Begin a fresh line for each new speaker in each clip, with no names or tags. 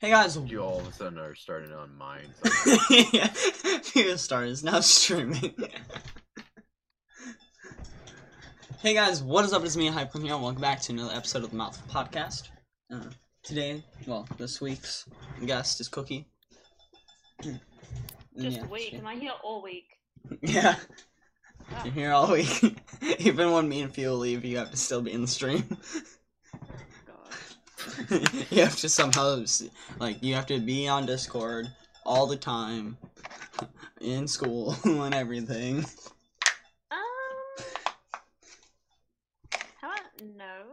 Hey guys,
You all of a sudden are starting on mine.
Firestar is now streaming. hey guys, what is up? It's me, Hypern here. Welcome back to another episode of the Mouth Podcast. Uh, today, well, this week's guest is Cookie. And
Just
yeah,
wait, Ah.
she-
am I here all week?
Yeah,
Wow.
you're here all week. Even when me and Theo leave, you have to still be in the stream.
Oh
God.
you have to somehow s- like you have to be on discord all the time in school and everything
Um. How about no?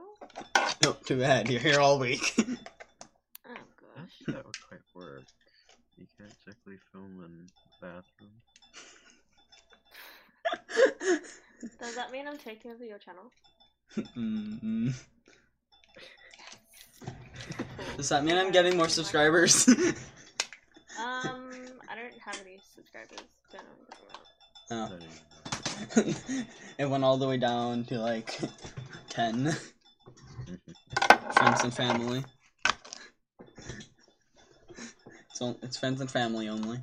nope Oh, too bad you're here all week
Oh gosh.
Actually, that would quite work. You can't technically film in the bathroom.
Does that mean I'm taking over your channel?
Mm. does that mean i'm getting more subscribers
Um, I don't have any subscribers. Don't know what I'm talking
oh.
about.
Not even
it went all the way down to like 10 friends and family it's, on, it's friends and family only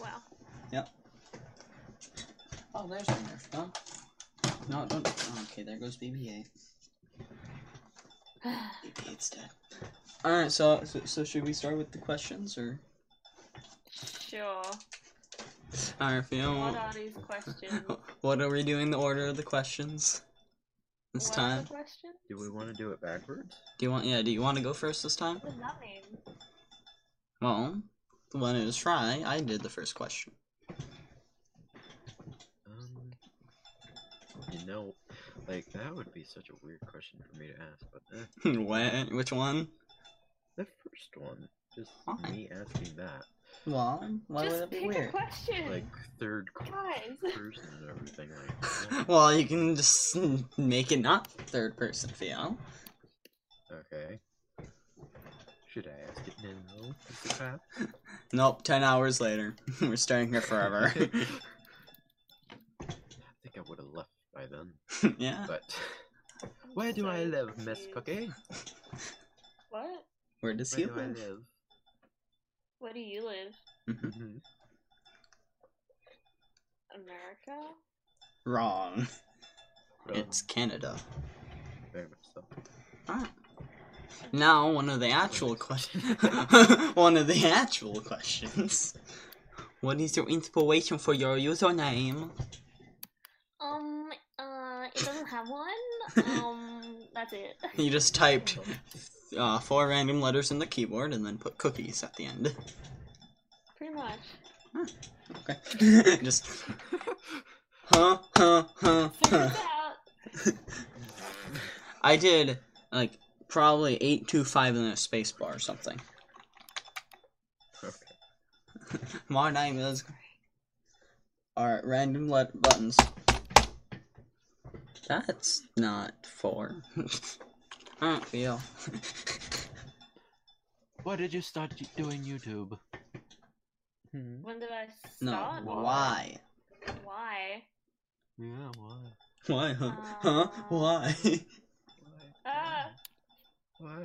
Wow.
Oh, there's a Nerf gun. No, don't. oh, okay, there goes BB-8. BB-8's dead. All right, so, so so should we start with the questions or?
Sure.
All right, Fiona.
What
wh-
are these questions?
What are we doing? The order of the questions this
What's
time.
The question?
Do we want to do it backwards?
Do you want? Yeah. Do you want to go first this time?
What does that mean?
Well, when it was Fry, I did the first question.
Um, you know, like that would be such a weird question for me to ask, but eh,
what? Which one?
the first one, just
Why?
me asking that,
Well, why
Just
would it be
pick
weird?
a question.
like third c-
Guys.
person and everything, like. yeah.
well, you can just make it not third person, Fiona.
Okay. Should I ask it now? Is it bad?
Nope, 10 hours later. We're staying here forever.
I think I would have left by then,
yeah.
but where do I live, Miss Cookie?
What?
Where does
Where
he
do I
live?
live?
Where do you live?
Mhm.
America?
Wrong.
Well,
It's Canada.
Mm-hmm. Oh, very much so.
Alright. Now, one of the actual questions. one of the actual questions. What is your inspiration for your username?
Um, uh, it doesn't have one. Um, that's it.
You just typed uh, four random letters in the keyboard and then put cookies at the end.
Pretty much.
Okay. just. Huh, huh, huh,
Figure
huh.
it out.
I did, like, probably 825 and then a space bar or something.
Okay.
My name is. Alright, random let- buttons. That's not four. Alright, feel.
Why did you start doing YouTube? Hmm.
When did I
No,
start?
why?
Why?
Yeah, why?
Why, huh? Huh? Why?
Why?
Ah.
Why?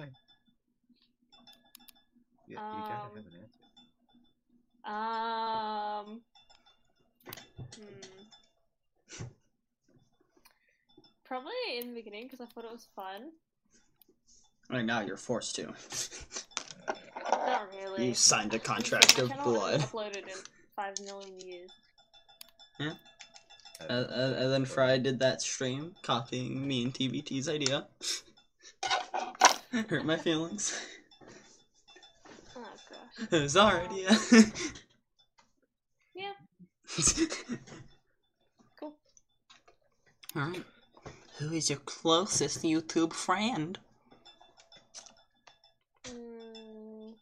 You, you
Um,
gotta have an answer.
Um. Hmm. Probably in the beginning because I thought it was fun.
right now you're forced to.
Not really.
You signed a contract
My
of
channel
blood.
hasn't Uploaded in five million years.
I
Uh, uh, and then Fry did that stream, copying me and TBT's idea. Hurt my feelings.
Oh gosh.
It was our idea.
Yeah. Cool.
Alright. Who is your closest YouTube friend?
Mm.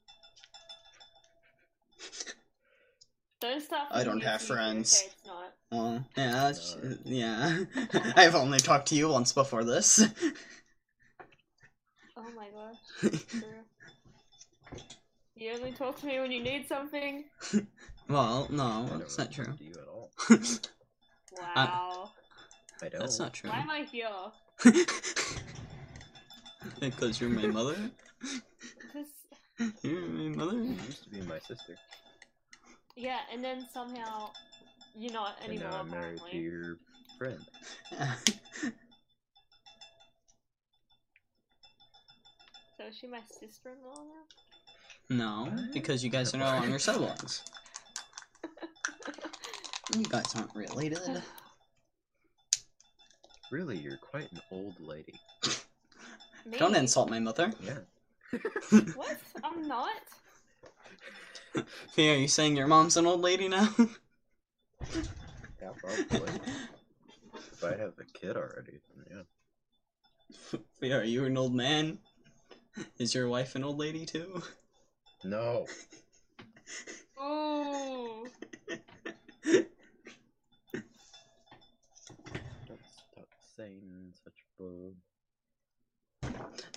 Don't stop.
I
with
don't
YouTube,
have
okay,
friends.
it's not.
Oh, yeah, that's-
Uh,
yeah. I've only talked to you once before this.
Oh my gosh. true. You only talk to me when you need something.
well,
I
no,
don't
that's not
really
true.
talk to you at all.
Uh,
Wow.
I don't.
that's not true.
Why am I here?
because you're my mother.
Because
You're my mother.
You used to be my sister,
yeah, and then somehow you're not
and
anymore.
now I'm married to
apparently.
your friend.
So is she my sister-in-law now?
no, because you guys are no longer siblings. You guys aren't related.
Really, you're quite an old lady.
Me?
Don't insult my mother.
Yeah.
What? I'm not.
Fia, are you saying your mom's an old lady now?
Yeah, probably. if I have a kid already, then yeah.
Fia, are you an old man? Is your wife an old lady too?
No.
Ooh.
Don't stop saying such bull.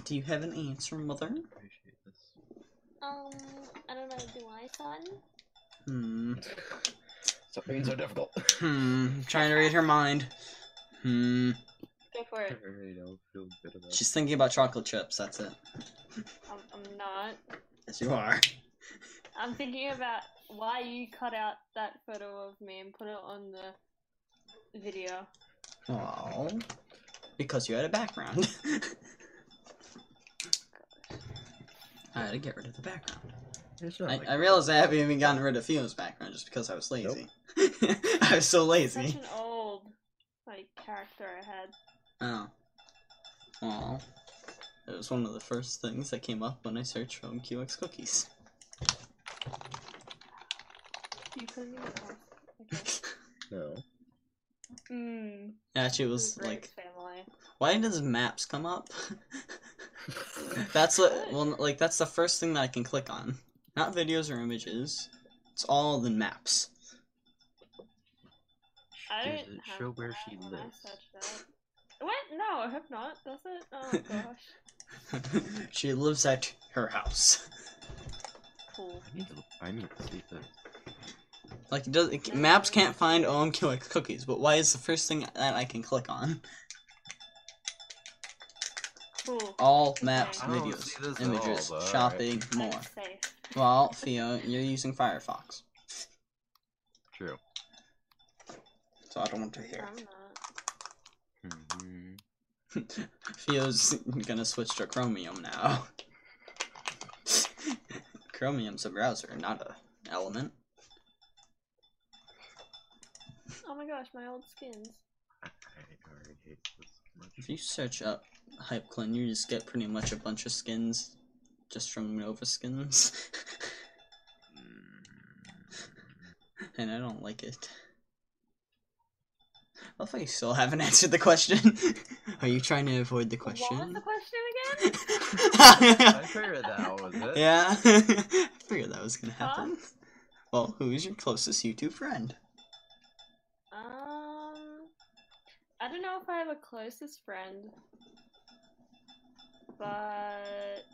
Do you have an answer, mother?
Appreciate this.
Um, I don't know. Do I, son?
Hmm.
Stop being so difficult.
Hmm. Trying to read her mind. Hmm.
Go for
I
it.
don't feel good about
She's thinking about chocolate chips. That's it.
I'm, I'm not.
Yes, you are.
I'm thinking about why you cut out that photo of me and put it on the video.
Oh. Because you had a background. I had to get rid of the background.
It's not
I,
like
I realized I haven't even gotten rid of Fiona's background just because I was lazy. I was so
Such
lazy.
an old, like, character I had.
Oh. Aw. It was one of the first things that came up when I searched for MQX cookies.
You couldn't even ask.
no.
Okay. Mm,
Actually, it
the
was
Briggs
like,
family.
why does maps come up? That's what. Well, like that's the first thing that I can click on. Not videos or images. It's all the maps.
I
Does
don't
it
have
show where
that
she
when I
lives?
searched that. What? No, I hope not. Does it? Oh gosh.
she lives at her house.
Cool.
I need to. I need to sleep. Though.
Like it does. It, maps can't find OMQX cookies, but why is the first thing that I can click on?
Cool.
All maps,
I
don't
videos,
see this at all,
images,
but alright.
shopping, more.
That's safe.
Well, Theo, you're using Firefox,
True.
so I don't want to hear.
I'm not.
hmm
Theo's gonna switch to Chromium now. Chromium's a browser, not a element.
Oh my gosh, my old skins.
I already hate this so
If
much.
you search up HypeClin, you just get pretty much a bunch of skins just from Nova skins. and I don't like it. I love how you still haven't answered the question. Are you trying to avoid the
What was the
question?
question again?
I figured that was it.
yeah, I figured that was gonna
Huh?
happen. Well, who is your closest YouTube friend?
Um, I don't know if I have a closest friend, but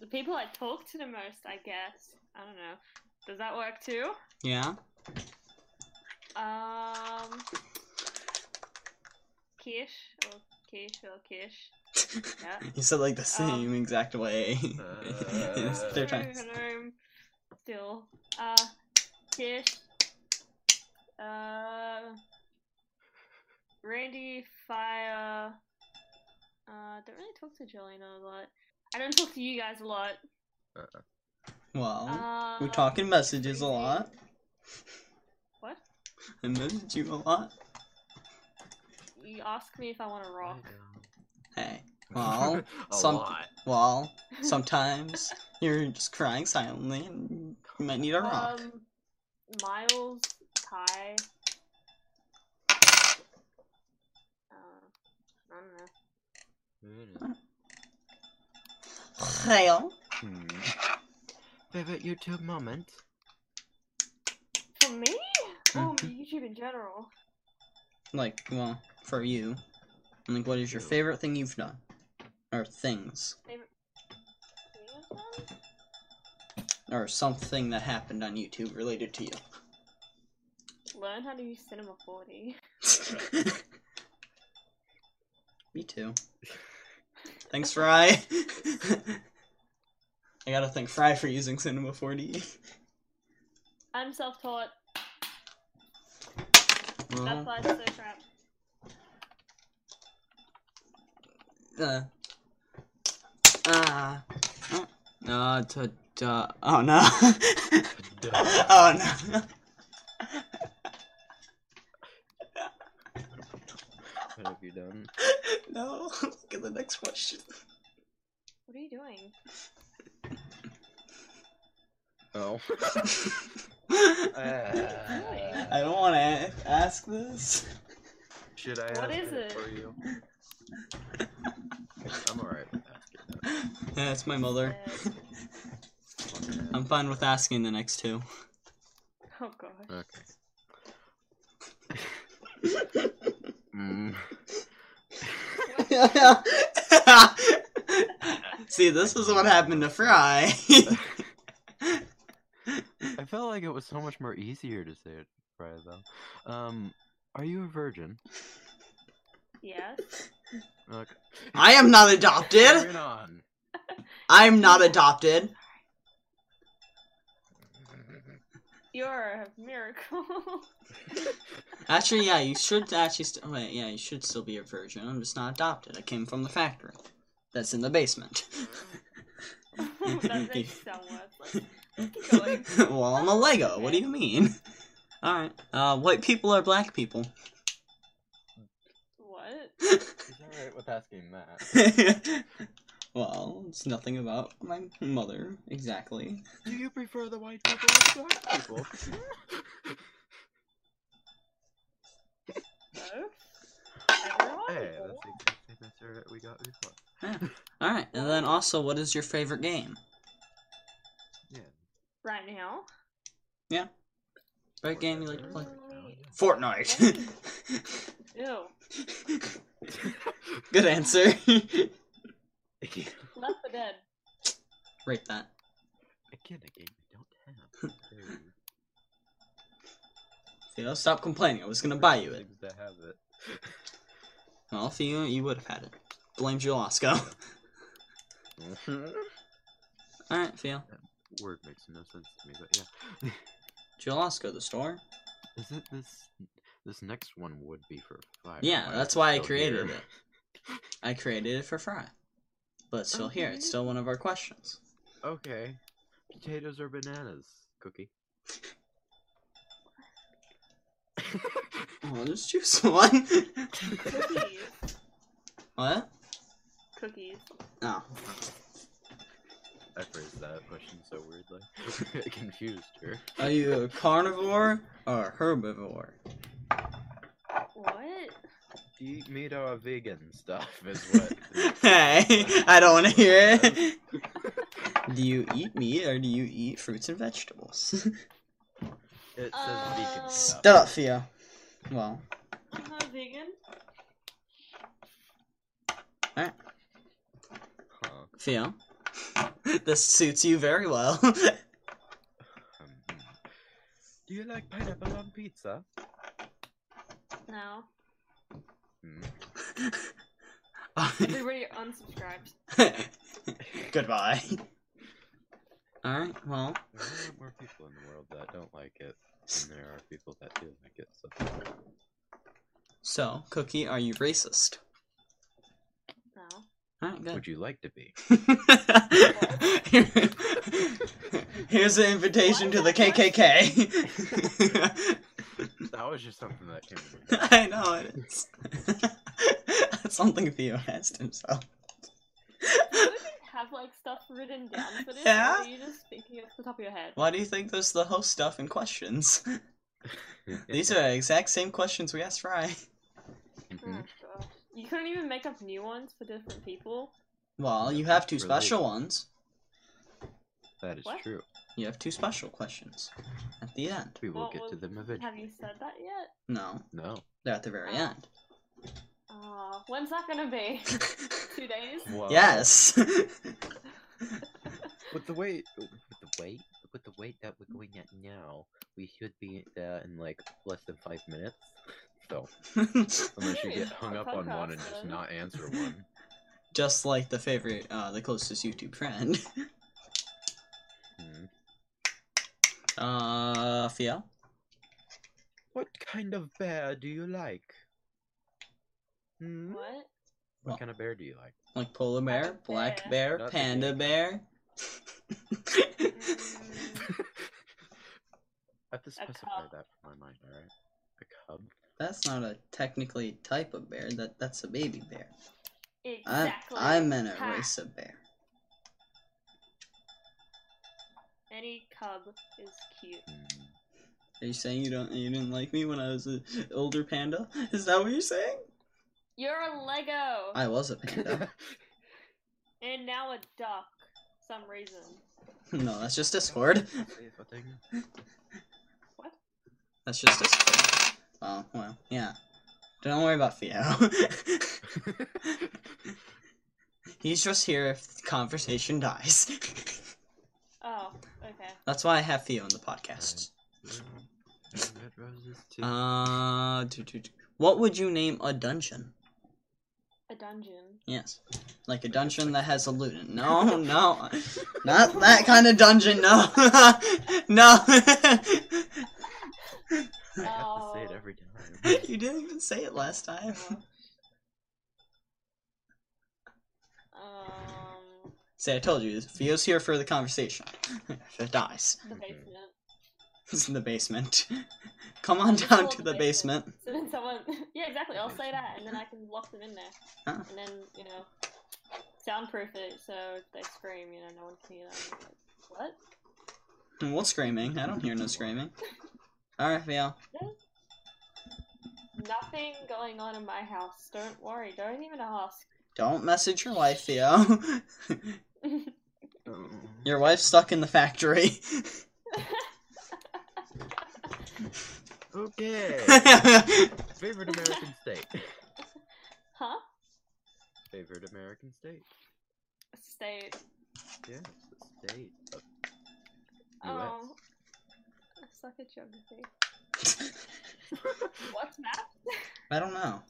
the people I talk to the most, I guess. I don't know. Does that work too?
Yeah.
Um, Kish or Kish or Kish. Yeah.
You said like the
Um,
same exact way. It's
Uh,
third
Sorry,
time.
I'm Still. Uh, Kish. Uh, Randy Fire. Uh, don't really talk to Jolena a lot. I don't talk to you guys a lot.
Uh-uh.
Well,
Uh,
we talk in messages a
crazy.
lot.
What?
I message you a lot.
You ask me if I want to rock.
Hey. Well,
a
some-
lot.
Well, sometimes you're just crying silently and you might need a rock.
Um, Miles, Ty. Uh,
Hail.
Hmm. Wait, wait, you two moment.
For me? Or YouTube in general?
Like, well, for you. I'm Like, what is your
You.
favorite thing you've done? Or things.
Favorite thing I've done?
Or something that happened on YouTube related to
Learn how to use Cinema 40.
you. Me too. Thanks, Fry. I gotta thank Fry for using Cinema 4D.
I'm self-taught. That's
Well,
why it's so crap.
uh, ah, oh, uh, duh, duh, oh no. oh no.
What have you done?
No, look at the next question.
What are you doing?
Oh. Uh,
I don't want to ask this.
Should I
What
ask
is it?
for you? I'm alright with asking that.
Yeah, that's my mother.
Uh,
Fucking
I'm fine with asking the next two.
Oh god.
ass. Okay. mm.
See, this is what happened to Fry.
I felt like it was so much more easier to say it right though. Um, are you a virgin?
Yes.
Okay.
I am not adopted.
Moving on.
I'm not adopted.
You're a miracle.
Actually, yeah, you should actually. St- wait, yeah, you should still be a virgin. I'm just not adopted. I came from the factory. That's in the basement.
that makes sound worse. Let's keep going.
well, I'm a Lego. What do you mean? All right. Uh, white people are black people.
What?
He's alright with asking that.
well, it's nothing about my mother exactly.
Do you prefer the white people or the black people?
No? Everyone?
hey, that's the exact same answer we got before.
All right. And then also, what is your favorite game?
Yeah.
Right now?
Favorite game you like to play?
Fortnite.
Fortnite.
Ew.
Good answer.
Yeah.
Left for dead.
Rate that.
Again, a game we don't have. There you
Theo, stop complaining. I was gonna buy you it.
seems to have it.
Well, Theo, you would have had it. Blame Julasko. All right, Theo.
Word makes no sense to me, but yeah.
Julasko, the store.
Is it this? This next one would be for fire.
Yeah,
is
that's why I
still
created
here?
it. I created it for Fry, but it's still here. It's still one of our questions.
Okay. Potatoes or bananas, Cookie?
Well, just choose Oh, one.
Cookies.
what?
Cookies.
Oh,
I phrased that question so weirdly. I confused her.
are you a carnivore or a herbivore?
What?
Do you eat meat or are vegan stuff is what.
hey, I don't want to hear it. do you eat meat or do you eat fruits and vegetables?
It says
Uh,
vegan stuff.
Shut up, Theo. Well,
I'm not vegan.
Huh.
Theo, this suits you very well.
Um, hmm. Do you like pineapple on pizza?
No.
Hmm.
Everybody unsubscribed.
Goodbye. All right. Well,
There are a lot more people in the world that don't like it than there are people that do like it. So.
so Cookie, are you racist?
No.
All right. Good.
Would you like to be?
Here's an invitation to the KKK.
That was just something that came to mind.
I know it is. That's something Theo asked himself.
You wouldn't have like stuff written down for this.
Yeah?
Or are you just thinking off the top of your head?
Why do you think there's the host stuff and questions? These are the exact same questions we asked Fry.
Oh,
Mhm.
gosh. You couldn't even make up new ones for different people.
Well, you have two
Relate.
special ones.
That is
What?
true.
You have two special questions at the end.
We will
What
get to
was-
them eventually.
Have you said that yet?
No,
No.
they're at the very end.
Uh, when's that gonna be? Two days?
Wow.
Yes.
With the way, with the weight, with the weight that we're going at now, we should be there in like less than five minutes. So unless you
Hey,
get hung
our
up on one
podcast
and just
then.
not answer one,
Just like the favorite, uh, the closest YouTube friend.
Hmm.
Uh, Fiel?
what kind of bear do you like? Hmm? What?
What?
kind of bear do you like?
Like polar bear, black bear,
Not the
panda
big-
bear?
Mm,
I have to specify
cub.
that for my mind. All right, a cub.
that's not a technically type of bear. That that's a baby bear. I
exactly.
I meant a
Ha.
race of bear.
Any cub is cute.
Hmm.
Are you saying you don't you didn't like me when I was an older panda? Is that what you're saying?
You're a Lego,
I was a
Hmm.
panda.
and now a duck. Some reason.
no, that's just Discord.
Say the thing.
That's just Discord. Oh well, yeah. Don't worry about Theo. He's just here if the conversation dies.
Oh, okay.
that's why I have Theo in the podcast.
Red roses too.
Uh, do, do, do. what would you name a dungeon?
A dungeon.
Yes. Like a dungeon that has a loot in it. No, no. Not that kind of dungeon, no. no.
I have to say it
Oh.
every time.
you didn't even say it last time.
Um,
Say, I told you, Theo's here for the conversation. if it dies,
the
Mhm.
basement.
it's in the basement. Come on
Just
down
call it
to the basement.
So then someone, yeah, exactly.
The
I'll say
basement.
that, and then I can lock them in there,
Huh.
and then you know, soundproof it so if they scream. You know, no one can hear them. Like, what?
What's screaming? I don't hear no screaming. Alright, Theo.
Nothing going on in my house. Don't worry. Don't even ask.
Don't message your wife, Theo.
Oh.
your wife's stuck in the factory.
Okay.
I
Favorite American state.
huh?
Favorite American state.
State.
Yes, the state of
Oh. I suck at geography. What's math?
don't know.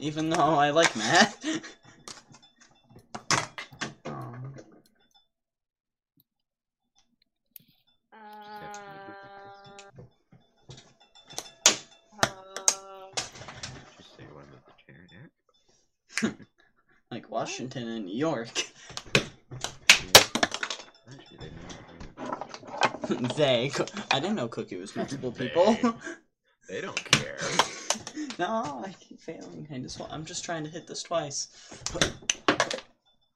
Even though I like math. Um,
Uh, um,
Just say one with the chair there.
like Washington and New York.
Yeah. Actually, they don't care.
they. I didn't know Cookie was multiple people.
They don't care.
no, I keep failing. I just, wa- I'm just trying to hit this twice.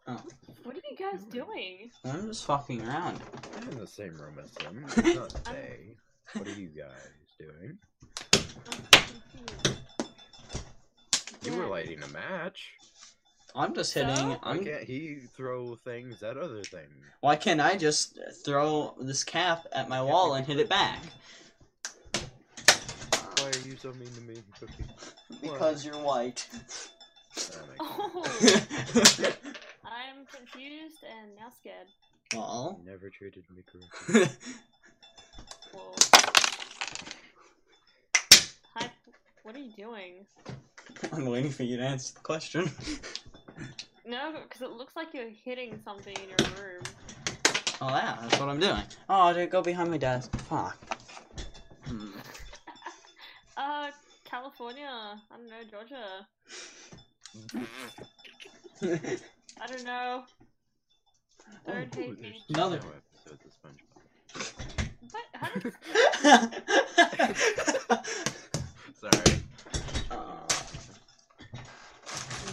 Oh,
what are you guys doing?
I'm just fucking around.
I'm in the same room as them. It's not they. What are you guys doing?
I'm confused.
You were
Yeah.
lighting a match.
I'm just hitting.
So?
Why
I'm.
can't he throw things at other things?
Why can't I just throw this cap at my wall and hit it back?
Why are you so mean to me, Cookie?
Because you're white.
That makes sense.
Oh, I'm confused and now scared.
well.
You never treated me correctly.
Whoa. Hi, what are you doing?
I'm waiting for you to answer the question.
No, because it looks like you're hitting something in your room.
Oh, yeah, that's what I'm doing. Oh, dude, go behind my desk. Fuck. Hmm.
Uh, California. I don't know, Georgia. I don't know. Don't
Ooh,
hate
there's
me.
Another-
no episode of SpongeBob.
What? How did
Sorry.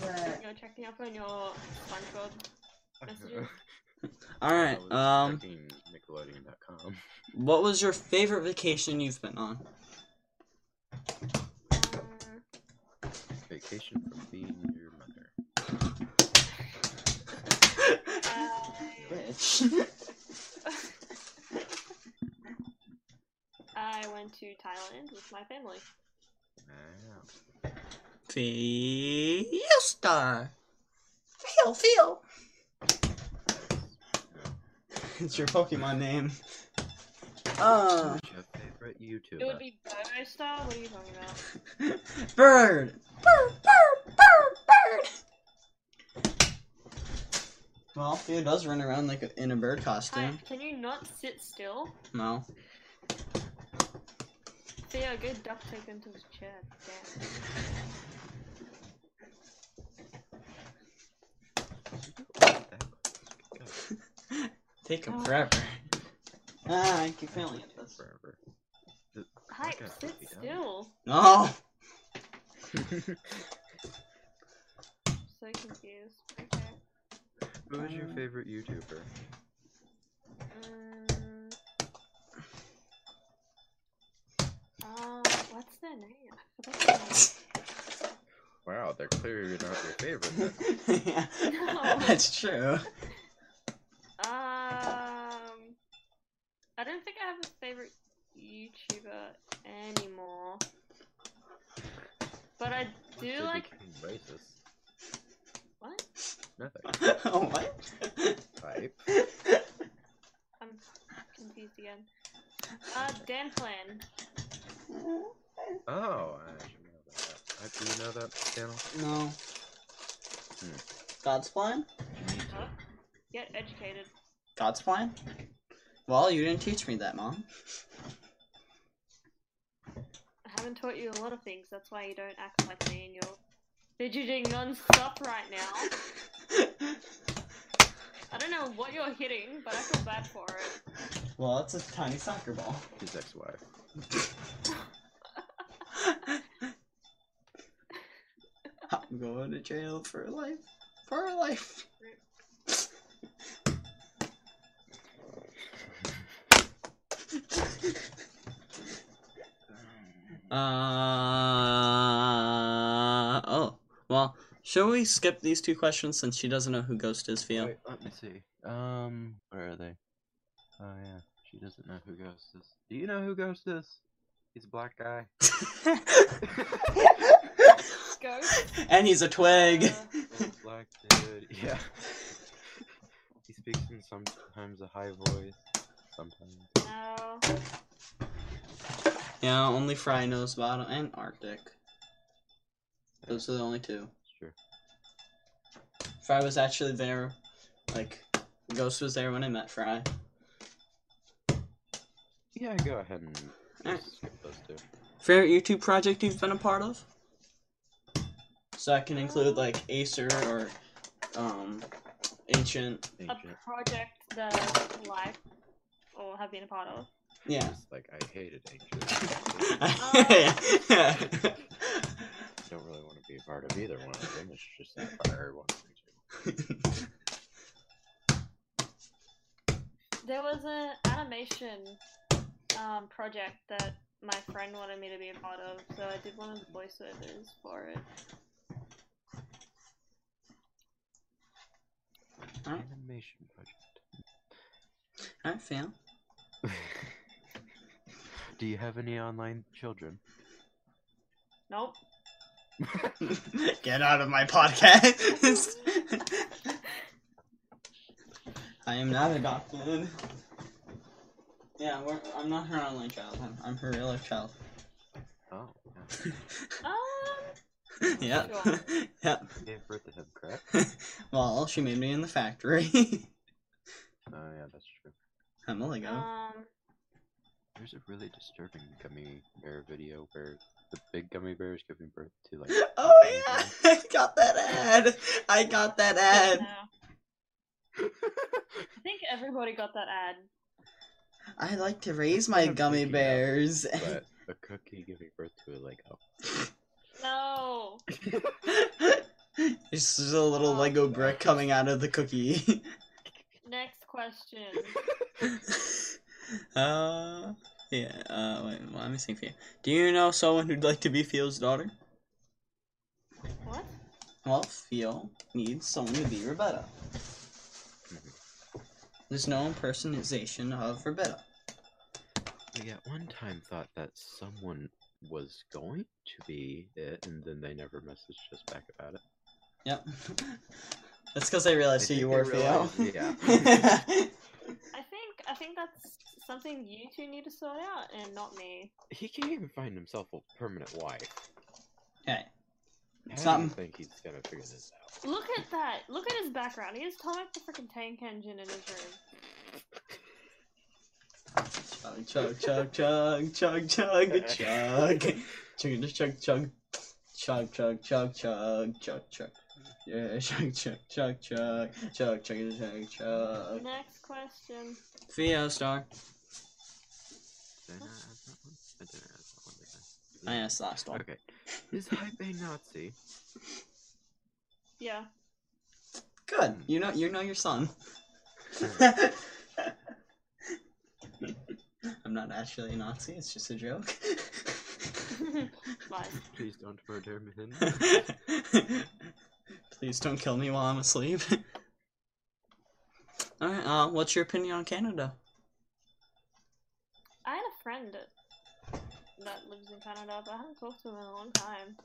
Uh,
you're checking up on your SpongeBob? Messages?
I
Alright,
was
um,
checking Nickelodeon.com.
what was your favorite vacation you've been on?
Um,
vacation from being your mother.
uh,
Bitch.
I went to Thailand with my family.
Wow.
Fiesta. Feel, feel. It's your Pokemon name. Uh,
Who's your favorite
It would
YouTuber?
be Bobo Star? What are you talking about?
bird. Bird, bird, bird, bird. Well, Theo does run around like a, in a bird
Hi,
costume.
can you not sit still?
No.
Theo, go duct tape into his chair. Damn.
Take him
Oh.
forever. Ah, I keep failing at this.
Forever. The-
Hi,
Okay,
sit
copy down.
still.
No!
So confused. Okay.
Who is your
Uh,
favorite YouTuber?
Um, uh, what's their name? I forgot their name.
Wow, they're clearly not your favorite. then.
yeah,
No.
that's true.
Um, I don't think I have a favorite YouTuber anymore. But I
Once
do
they
like
became racist.
what?
Nothing.
oh, what?
Type.
I'm confused again. Uh, Dan Plan.
Oh, I should know that. I, do you know that channel?
No.
Hmm.
God's plan?
You need
Huh? Get educated.
God's plan? Well, you didn't teach me that, Mom.
I haven't taught you a lot of things. That's why you don't act like me and you're fidgeting non-stop right now. I don't know what you're hitting, but I feel bad for it.
well, it's a tiny soccer ball.
to- his ex-wife.
I'm going to jail for life. For life. Uh, oh. Well, shall we skip these two questions since she doesn't know who Ghost is, Fia?
Wait, let me see. Um, where are they? Oh yeah, she doesn't know who Ghost is. Do you know who Ghost is? He's a black guy.
Go.
and he's a twig.
Little black dude. Yeah. he speaks in sometimes a high voice. Sometimes.
No.
Yeah, only Fry knows about him, and Arctic. Those are the only two.
Sure.
Fry was actually there, like, Ghost was there when I met Fry.
Yeah, go ahead and
Alright.
just skip those two.
Favorite YouTube project you've been a part of? So I can include, like, Acer or, um, Ancient.
A
Ancient.
project that I like or have been a part of.
Yeah.
Just like I hated ancient. don't really want to be a part of either one of them. It's just that fire one of them
There was an animation um, project that my friend wanted me to be a part of, so I did one of the voiceovers for it.
too.
Alright.
Animation project.
Alright, Fam.
Do you have any online children?
Nope.
Get out of my podcast. I am not adopted. Yeah, we're, I'm not her online child. I'm, I'm her real life child.
Oh, yeah.
Um,
yep. yep.
You gave birth to him, correct?
Well, she made me in the factory.
Oh, yeah, that's true.
I'm a Lego.
um,
There's a really disturbing gummy bear video where the big gummy bear is giving birth to like.
Oh
tiny
yeah,
bear.
I got that ad. I got that ad.
no. I think everybody got that ad.
I like to raise my
I'm
gummy
freaking out.
bears.
But a cookie giving birth to a Lego.
No.
It's just a little
Oh.
Lego brick coming out of the cookie.
Next question.
uh, yeah. Uh, wait. Well, let me think for you. Do you know someone who'd like to be Theo's daughter? Well, Theo needs someone to be Rebecca. There's no impersonation of Rebecca.
We at one time thought that someone was going to be it, and then they never messaged us back about it.
Yep. That's because I realized who
think
you
they
were, Theo.
realized- yeah.
I think I think that's something you two need to sort out, and not me.
He can't even find himself a permanent wife.
Okay. It's
I
not.
don't think he's gonna figure this out.
Look at that! Look at his background. He has Thomas the freaking tank engine in his room.
Chug, chug, chug, chug, chug, chug, chug. Chug, chug, chug. Chug, chug, chug, chug, chug, chug. Yeah, chug, chug, chug, chug, chug, chug, chug, chug.
Next question.
Theo Star.
Did I not ask that one? I didn't ask that one, did I?
I asked last one.
Okay. Is Hype a Nazi?
Yeah.
Good. You know, you know your son. I'm not actually a Nazi. It's just a joke.
Lies.
Please don't murder him.
Please don't kill me while I'm asleep. Alright, uh, what's your opinion on Canada?
I had a friend that lives in Canada, but I haven't talked to him in a long time.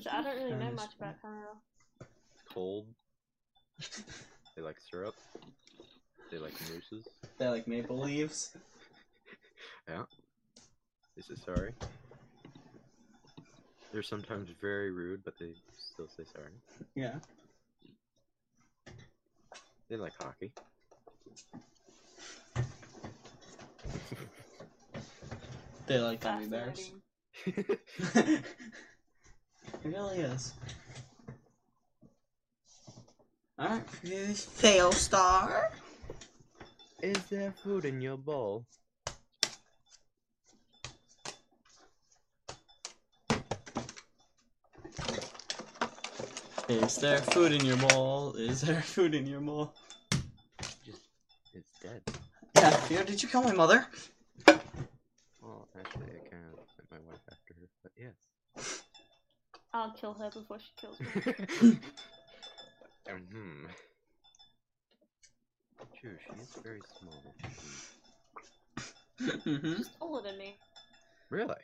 So I don't really know much about Canada.
Cold. They like syrup. They like mooses.
They like maple leaves.
Is it sorry? They're sometimes very rude, but they still say sorry.
Yeah.
They like hockey.
They like gummy bears.
Fascinating.
it really is. Alright, fail star.
Is there food in your bowl?
Is there food in your bowl? Is there food in your bowl?
Just it's dead.
Yeah, Theo, did you kill my mother?
Well, actually, I kind of sent my wife after her, but yes.
I'll kill her before she kills me.
um, hmm. True, she is very small.
mm-hmm.
She's taller than me.
Really?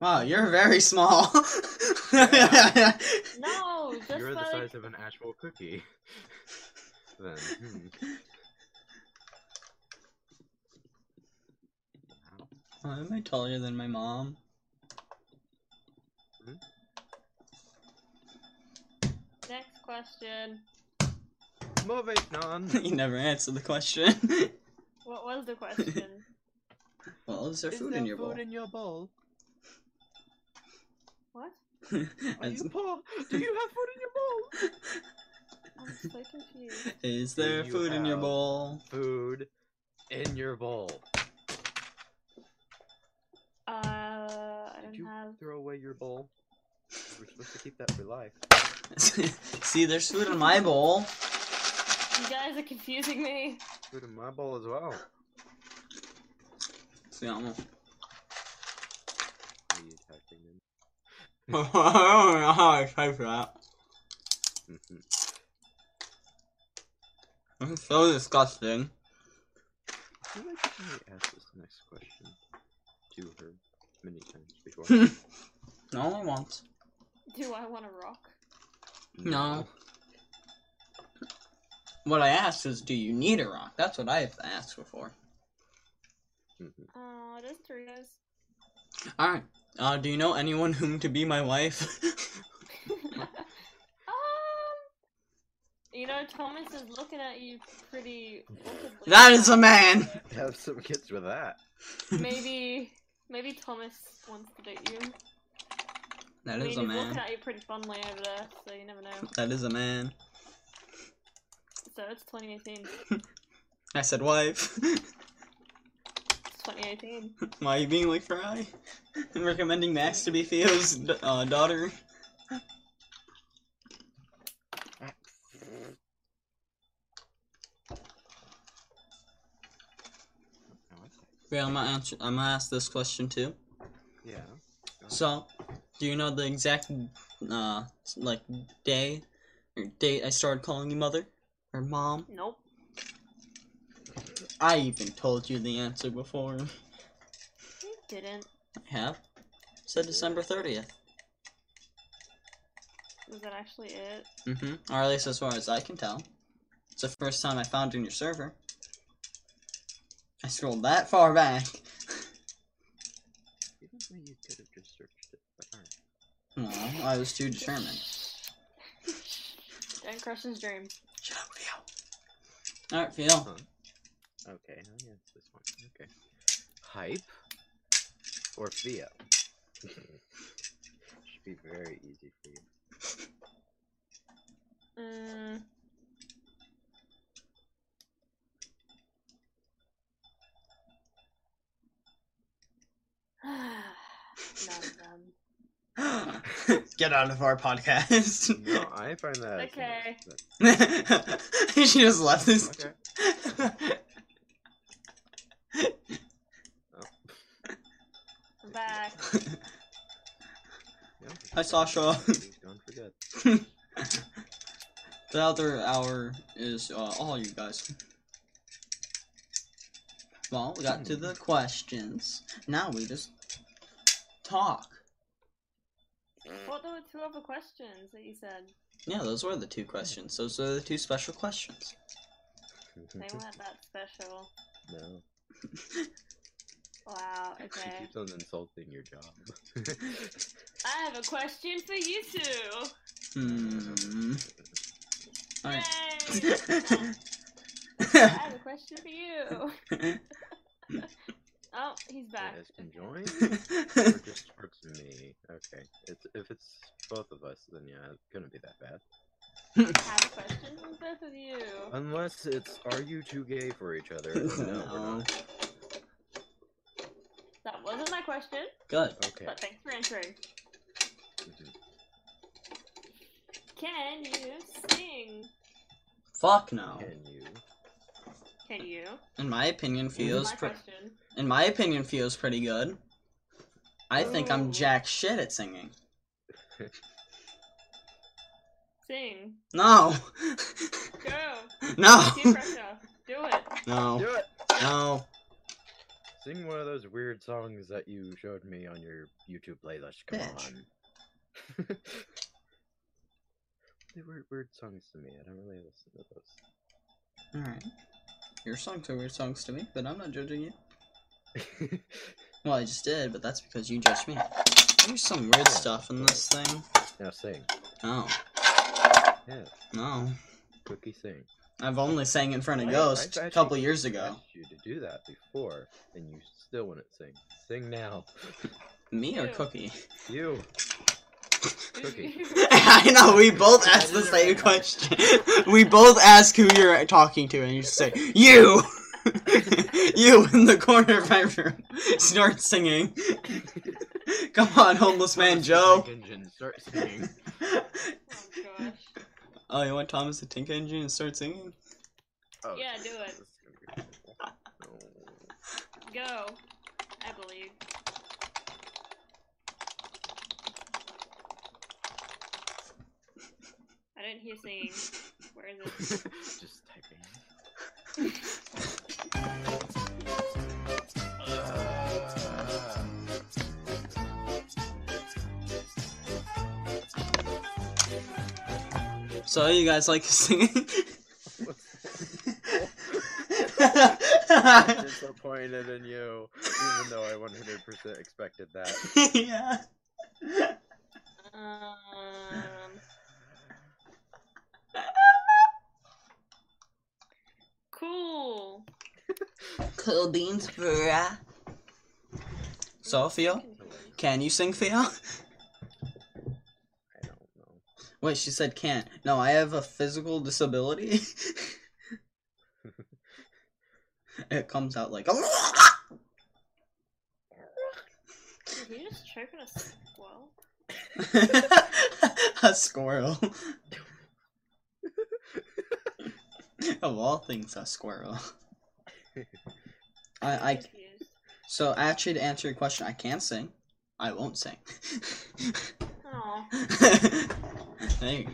Wow, you're very small. That's
No, just
You're the
by
size of an actual cookie. then, hmm. Wow.
Why am I taller than my mom?
next question.
Moving on.
you never answered the question.
What was the question?
well, is there
Is
food
there
in your
food
bowl?
in your bowl?
what?
Are
Is-
you poor? Do you have food in your bowl?
I'm so confused.
is
Do
there
you
food in your
have-
bowl?
Food in your bowl.
Uh, I
Did
don't
you
have.
throw away your bowl? We're supposed to keep that for life.
See, there's food in my bowl.
You guys are confusing me.
Food in my bowl as well.
Siamo.
Are you attacking them?
I don't know how I type that.
Mhm.
I'm so disgusting.
I feel like I already asked this next question to her many times before.
Not only once.
Do I want to rock?
No. What I asked is, do you need a rock? That's what I've asked before.
Mhm.
Oh, there's three guys.
Alright. Uh, do you know anyone whom to be my wife?
um, you know, Thomas is looking at you pretty. wickedly.
that is a man!
Have some kids with that.
Maybe, maybe Thomas wants to date you.
That
I mean,
is a
he's looking
man.
at you pretty fondly over there, so you never know.
That is a man.
So it's 2018.
I said wife.
It's 2018.
Why are you being like Fry? I'm recommending Max to be Theo's d- uh, daughter.
I like that. Oh,
Yeah, I'm gonna, answer, I'm gonna ask this question too.
Yeah.
So, Do you know the exact uh like day or date I started calling you mother or mom?
Nope.
I even told you the answer before.
You didn't.
I have. Said December thirtieth.
Was that actually it?
Mm-hmm. Or at least as far as I can tell. It's the first time I found you in your server. I scrolled that far back.
Even though you could have just searched it, but alright.
No, I was too determined.
Don't crush his dream.
Shut up, Phil. Alright, Phil.
Huh. Okay, oh yeah, it's this one. Okay. Hype or Theo? Should be very easy for you.
Mm. None of them.
Get out of our podcast.
No, I find that. as an-
Okay.
that's-
she just left this.
Okay.
I'm back.
Yeah, he's
Hi,
gone.
Sasha.
He's gone for good.
the other hour is uh, all you guys. Well, we got to the questions. Now we just talk.
What were the two other questions that you said?
Yeah, those were the two questions. Those are the two special questions.
They weren't that special.
no,
Wow,
he
okay.
keeps on insulting your job.
I have a question for you two.
Hmm. Alright.
Yay! I have a question for you. Oh, he's back.
Has been
Okay.
joined or just towards me? Okay, it's if it's both of us, then yeah, it's gonna be that bad.
I have a question for both of you.
Unless it's are you too gay for each other? No, we're
No.
not.
That wasn't my question,
Good.
Okay.
but thanks for answering.
mhm.
Can you sing?
Fuck no.
Can you?
Can you?
In my opinion, Theo's
my
pre-
question.
in my opinion, Theo's pretty good. I think I'm
Ooh.
jack shit at singing.
Sing.
No,
Go.
no,
Peer pressure. Do it.
no,
Do it.
no.
Sing one of those weird songs that you showed me on your YouTube playlist. Come
Bitch.
on. they were weird songs to me. I don't really listen to those.
All right, your songs are weird songs to me, but I'm not judging you. Well, I just did, but that's because you judged me. There's some weird stuff in this thing.
now sing.
No,
Yeah,
no.
Cookie sing.
I've only sang in front of
I-
Ghost
I've
a couple
actually
years ago.
asked you to do that before, and you still wouldn't sing. Sing now.
Me or
Ew.
Cookie?
You. Cookie.
I know we both asked the same question. We both ask who you're talking to, and you just say you. you in the corner of my room start singing. Come on, homeless man Joe.
Engine, start singing.
oh gosh.
Oh, you want Thomas the Tank Engine and start singing?
Oh,
Yeah, do it.
this is gonna be horrible. No.
Go. I believe. I didn't hear singing. Where is it?
Just typing. Ah.
So you guys like singing?
I'm disappointed in you, even though I 100% expected that.
yeah.
Um. Cool.
Cool beans, bruh. So, Theo, can you sing, Theo?
I don't know.
Wait, she said can't. No, I have a physical disability. it comes out like.
Did he just choke on a squirrel?
a squirrel. of all things, a squirrel. I, I
Confused.
so actually to answer your question, I can sing. I won't sing.
Oh,
there you go.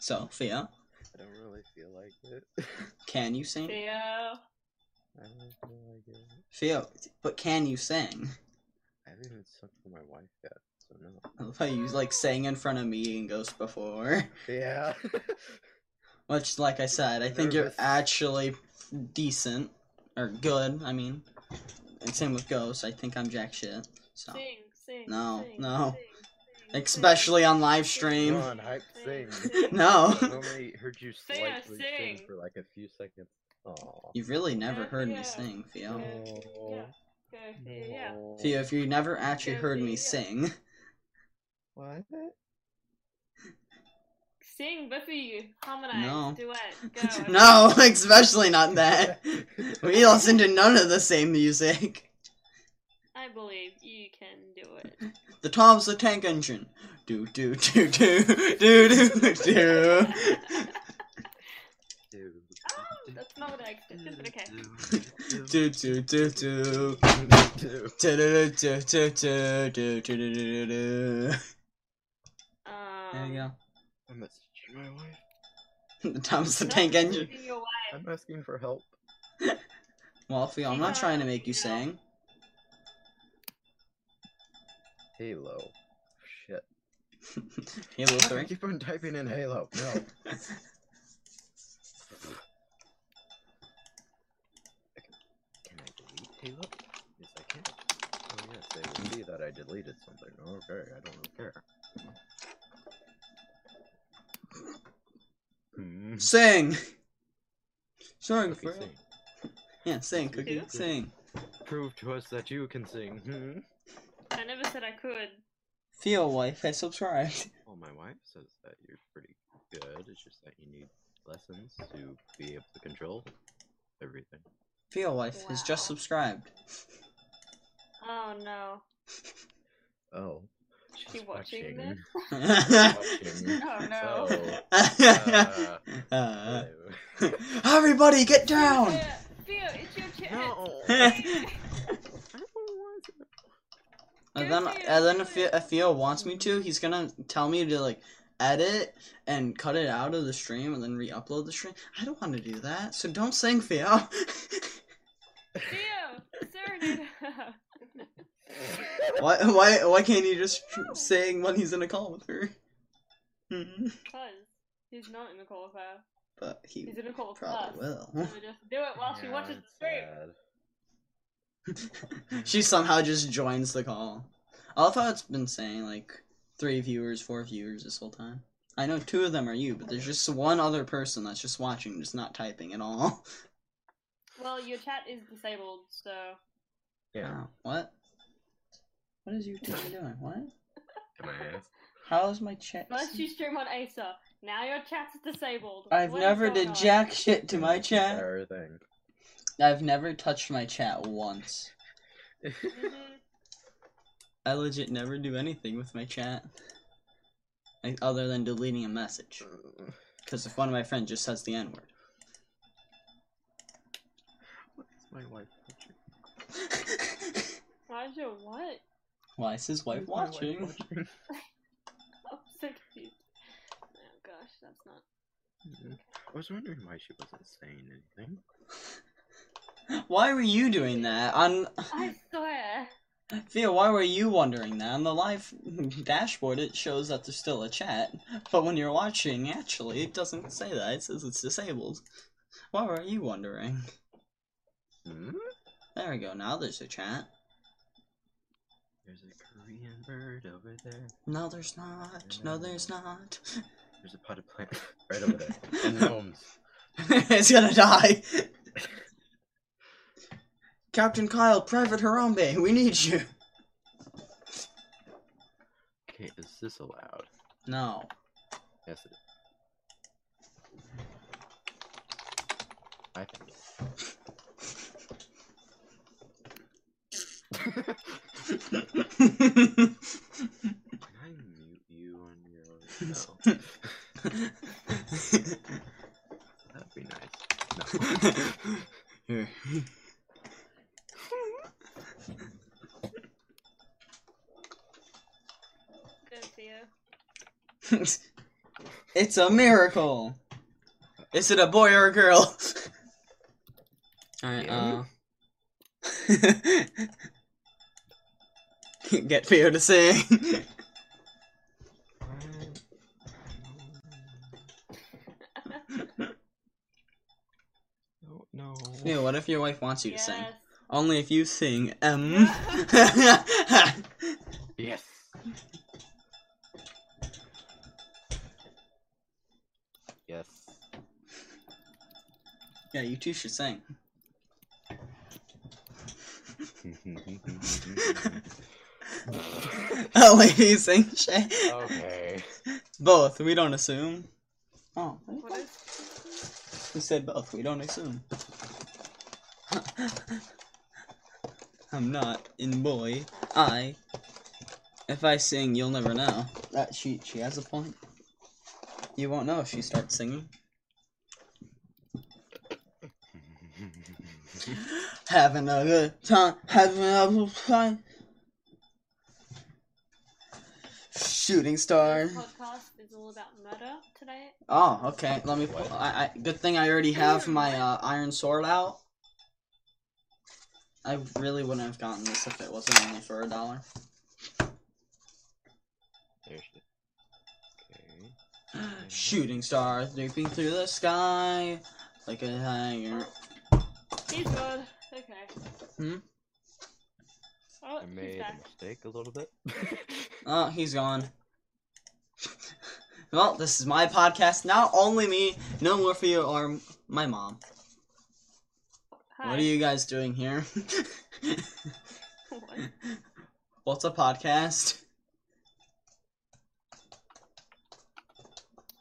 So, Thea,
I don't really feel like it.
can you sing?
Theo.
I don't really feel like it.
Theo, but can you sing?
I haven't even sung for my wife yet, so no.
I love how you like sang in front of me and Ghost before.
Yeah.
Much like I said, I think you're
Nervous.
actually decent or good. I mean, and same with Ghost. I think I'm jack shit. So,
Sing, sing.
No,
sing,
no.
sing, sing,
especially on live
Come
stream.
on, hype sing.
No.
I've only heard you
Thea,
slightly sing
sing.
for like a few seconds. Aw.
You've really never heard me
Yeah.
sing,
Oh,
Theo.
Yeah. Okay, yeah, yeah.
Aw.
Theo, if you never actually
Yeah,
heard
yeah,
me
yeah.
sing,
What?
Oh, Sing, both of you. Harmonize.
No.
Duet. Go.
no, especially not that. We listen to none of the same music.
I believe you can do it.
The Tom's the Tank Engine. Do do do do do do do.
Dude.
Oh, that's not what I expected, but okay.
Do do do do.
Dude.
Do do do do do do do do do do do. There
Um,
you
I'm messaging my wife.
go. The Tom's the
no,
Tank
you're
Engine.
losing Your wife.
I'm asking for help.
Well, Theo, I'm not trying to make you sing.
Halo. Shit.
Halo
Why do I
3.
keep on typing in Halo. No. Can I delete Halo? Yes, I can. Oh yes, they can see that I deleted something. Okay, I don't really care. Hmm.
Sing! Sing,
Okay,
Theo.
sing.
Yeah, sing, Cookie,
Cookie.
sing.
Prove to us that you can sing. Hmm.
I never said I could.
Theo, wife, has subscribed.
Well, my wife says that you're pretty good. It's just that you need lessons to be able to control everything.
Theo, wife, has just
Wow.
subscribed.
Oh no.
Oh,
She
she's
watching this?
watching.
Oh no.
So,
Uh,
hello.
Everybody, get down!
Theo, Theo, it's your chance.
No.
Theo,
I don't want to.
And then, and then if, Theo- if Theo wants me to, he's gonna tell me to like edit and cut it out of the stream and then re-upload the stream. I don't want to do that, so don't sing, Theo.
serenade.
why, why, why can't he just sing when he's in a call with her? Mhm.
Cause he's not in the call with her.
but he
He's in a call with
probably
us. So
will.
just do it while she
Yeah,
watches the
it's
stream.
sad.
she somehow just joins the call. I love how it's been saying like three viewers, four viewers this whole time. I know two of them are you, but there's just one other person that's just watching, just not typing at all.
uh,
Well, your chat is disabled, so
Yeah.
Wow, What? What is you two doing? What?
Can I ask?
How is my chat?
unless you stream on Acer, now your chat's disabled.
I've
What is
never
going
did
on?
jack shit to my
That's the
chat.
entire thing.
I've never touched my chat once.
Mhm.
I legit never do anything with my chat. Like, other than deleting a message. Because if one of my friends just says the N word.
What is my wife watching?
Why is your what?
Why is his
What
wife
is my wife
watching?
watching?
I'm so confused. Oh gosh, that's not. Mm-hmm.
Mhm. I was wondering why she wasn't saying anything.
Why were you doing that? On
I swear.
Theo, why were you wondering that? On the live dashboard, it shows that there's still a chat, but when you're watching, actually, it doesn't say that. It says it's disabled. Why were you wondering?
Hmm?
There we go. Now there's a chat.
There's a Korean bird over there.
No, there's not. No, there's not.
There's a potted plant right over there. And gnomes.
it's gonna die. Captain Kyle, Private Harambe, we need you.
Okay, is this allowed?
No.
Yes, it is. I think it is. Can I mute you on your own? No. Oh, That'd be nice. No.
Here. it's a miracle. Is it a boy or a girl? Alright, uh.
Yeah.
Get Theo to sing.
No, no.
Theo, what if your wife wants you to
yes.
sing? Only if you sing M.
Yes. Yes.
yeah, you two should sing. oh, wait, you sing Shay?
okay.
Both, we don't assume. Oh,
What is
we said both, we don't assume. I'm not in boy. I. If I sing, you'll never know. That she she has a point. You won't know if she starts singing. Having a good time, having a good time. Shooting star.
This podcast is all about murder today.
Oh, okay. Let me. Pull,
What?
I, I. Good thing I already have my uh, iron sword out. I really wouldn't have gotten this if it wasn't only for a dollar.
There she Okay.
Shooting stars leaping through the sky like a tiger.
He's good. Okay.
Hmm?
Oh,
I
he's
made
back.
a mistake a little bit.
Oh, he's gone. well, this is my podcast. Now only me, no more for you or m- my mom.
Hi.
What are you guys doing here?
What?
What's a podcast?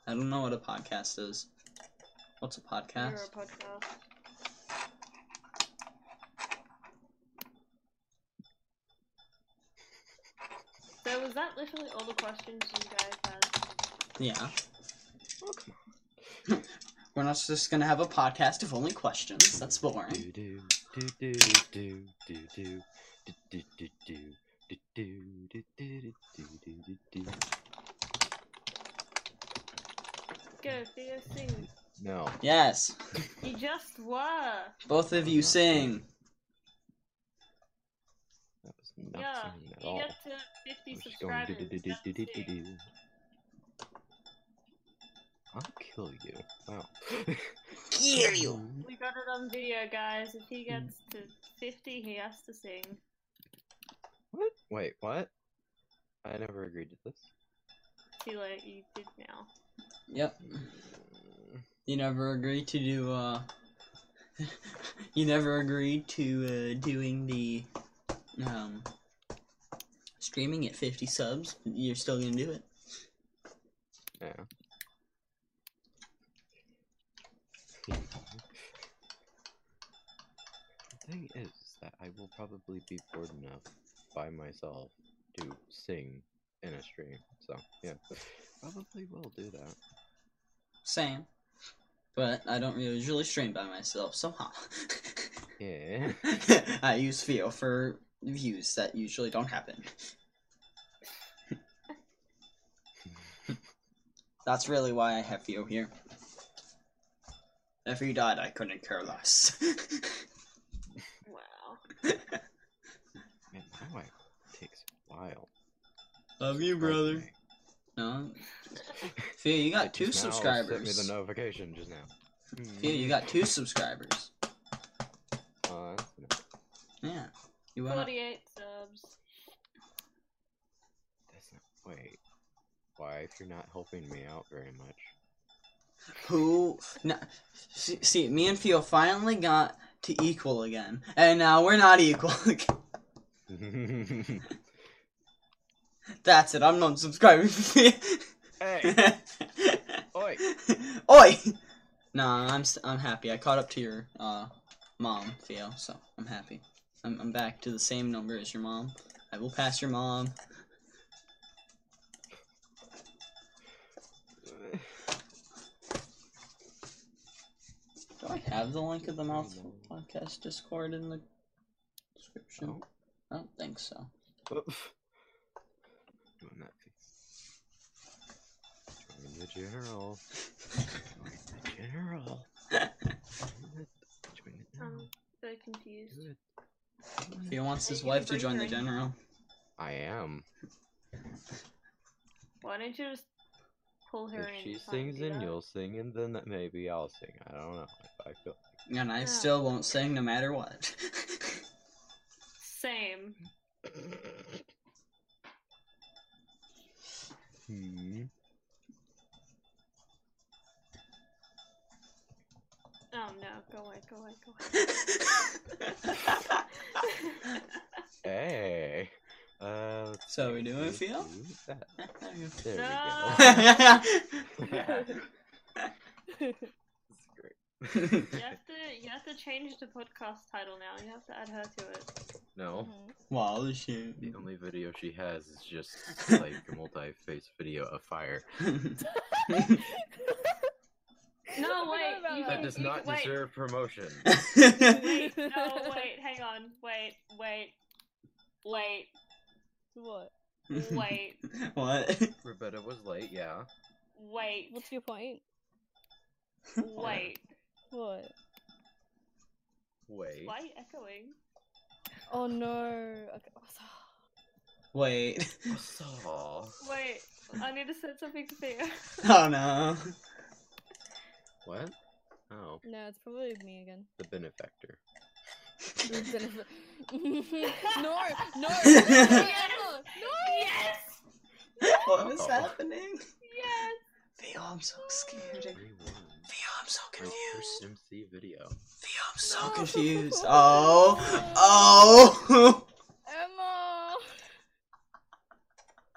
I don't know what a podcast is. What's a
You're a
podcast?
podcast. So was that literally all the questions you guys had?
Yeah. We're not just gonna have a podcast of only questions. That's boring.
do do do do do do do do do do do do do do do do do do.
Go, Theo, sing.
No.
Yes.
You just were.
Both of you sing.
That was not
yeah,
singing at
you
all.
get to 50 subscribers. that's big.
do-do-do-do-do-do-do. I'll kill you. Wow.
Kill you.
We got it on video, guys. If
Hmm.
he gets to 50, he has to sing.
what? Wait, what? I never agreed to this.
Too late, you did now.
Yep. You never agreed to do. uh... you never agreed to uh, doing the um streaming at 50 subs. You're still gonna do it.
Yeah. The thing is that I will probably be bored enough by myself to sing in a stream. So yeah, probably will do that.
Same. But I don't usually stream by myself somehow.
Yeah.
I use Theo for views that usually don't happen. That's really why I have Theo here. If he died, I couldn't care less.
Wow.
Man, my wife takes a while.
Love you, brother. No. Theo, you got two
Sent me
subscribers. Hmm.
the notification just now. Hmm.
Theo, you got two subscribers.
Uh, that's not-
Yeah. You wanna?
48 subs.
that's not. Wait. Why? If you're not helping me out very much.
Who? No, see, see, me and Theo finally got to equal again, and now we're not equal. again. That's it. I'm not subscribing.
hey, oi!
Oi! Nah, I'm s- I'm happy. I caught up to your uh mom, Theo. So I'm happy. I'm I'm back to the same number as your mom. I will pass your mom. Do I have the link of the Mouthful Podcast Discord in the description?
No.
I don't think so.
Doing that thing. general. The general. Join the
I'm
general.
so confused.
Do it.
He wants his
Are Hmm. you
wife to
gonna
join the
break her in?
general.
I am.
Why don't you just pull her
If
in?
she
It's fine,
sings,
do
then
that.
you'll sing, and then that maybe I'll sing. I don't know. If I feel
And I
Yeah.
still won't sing no matter what.
Same.
Hmm.
Oh no, go away, go away, go away.
Hey. Uh, let's
So we
see,
doing,
let's
Theo?
do that.
There you
There
No.
we go.
go.
That's great.
you have to you have to change the podcast title now. You have to add her to it.
No,
Mm-hmm.
wow, shoot.
the only video she has is just like a multi-face video of fire.
Mm-hmm.
No, wait. You
That
can,
does
Oh, you
not
can- wait,
deserve promotion.
Wait, no, wait, hang on. Wait, wait, wait,
What?
wait,
what?
Roberta was late, yeah.
wait,
What's your point?
wait.
What?
Wait.
Why are you echoing?
Oh no. Okay. oh, so-
Wait.
Saw.
Wait, I need to send something to Theo.
Oh no.
What? Oh,
No, it's probably me again.
the benefactor.
no, no, no,
yes,
What
Uh-oh.
was happening?
yes.
Theo, I'm so scared. Theo,
Rewind.
I'm so
My first
confused.
MC video.
Theo, I'm
No.
so confused. Oh. Oh.
Emma.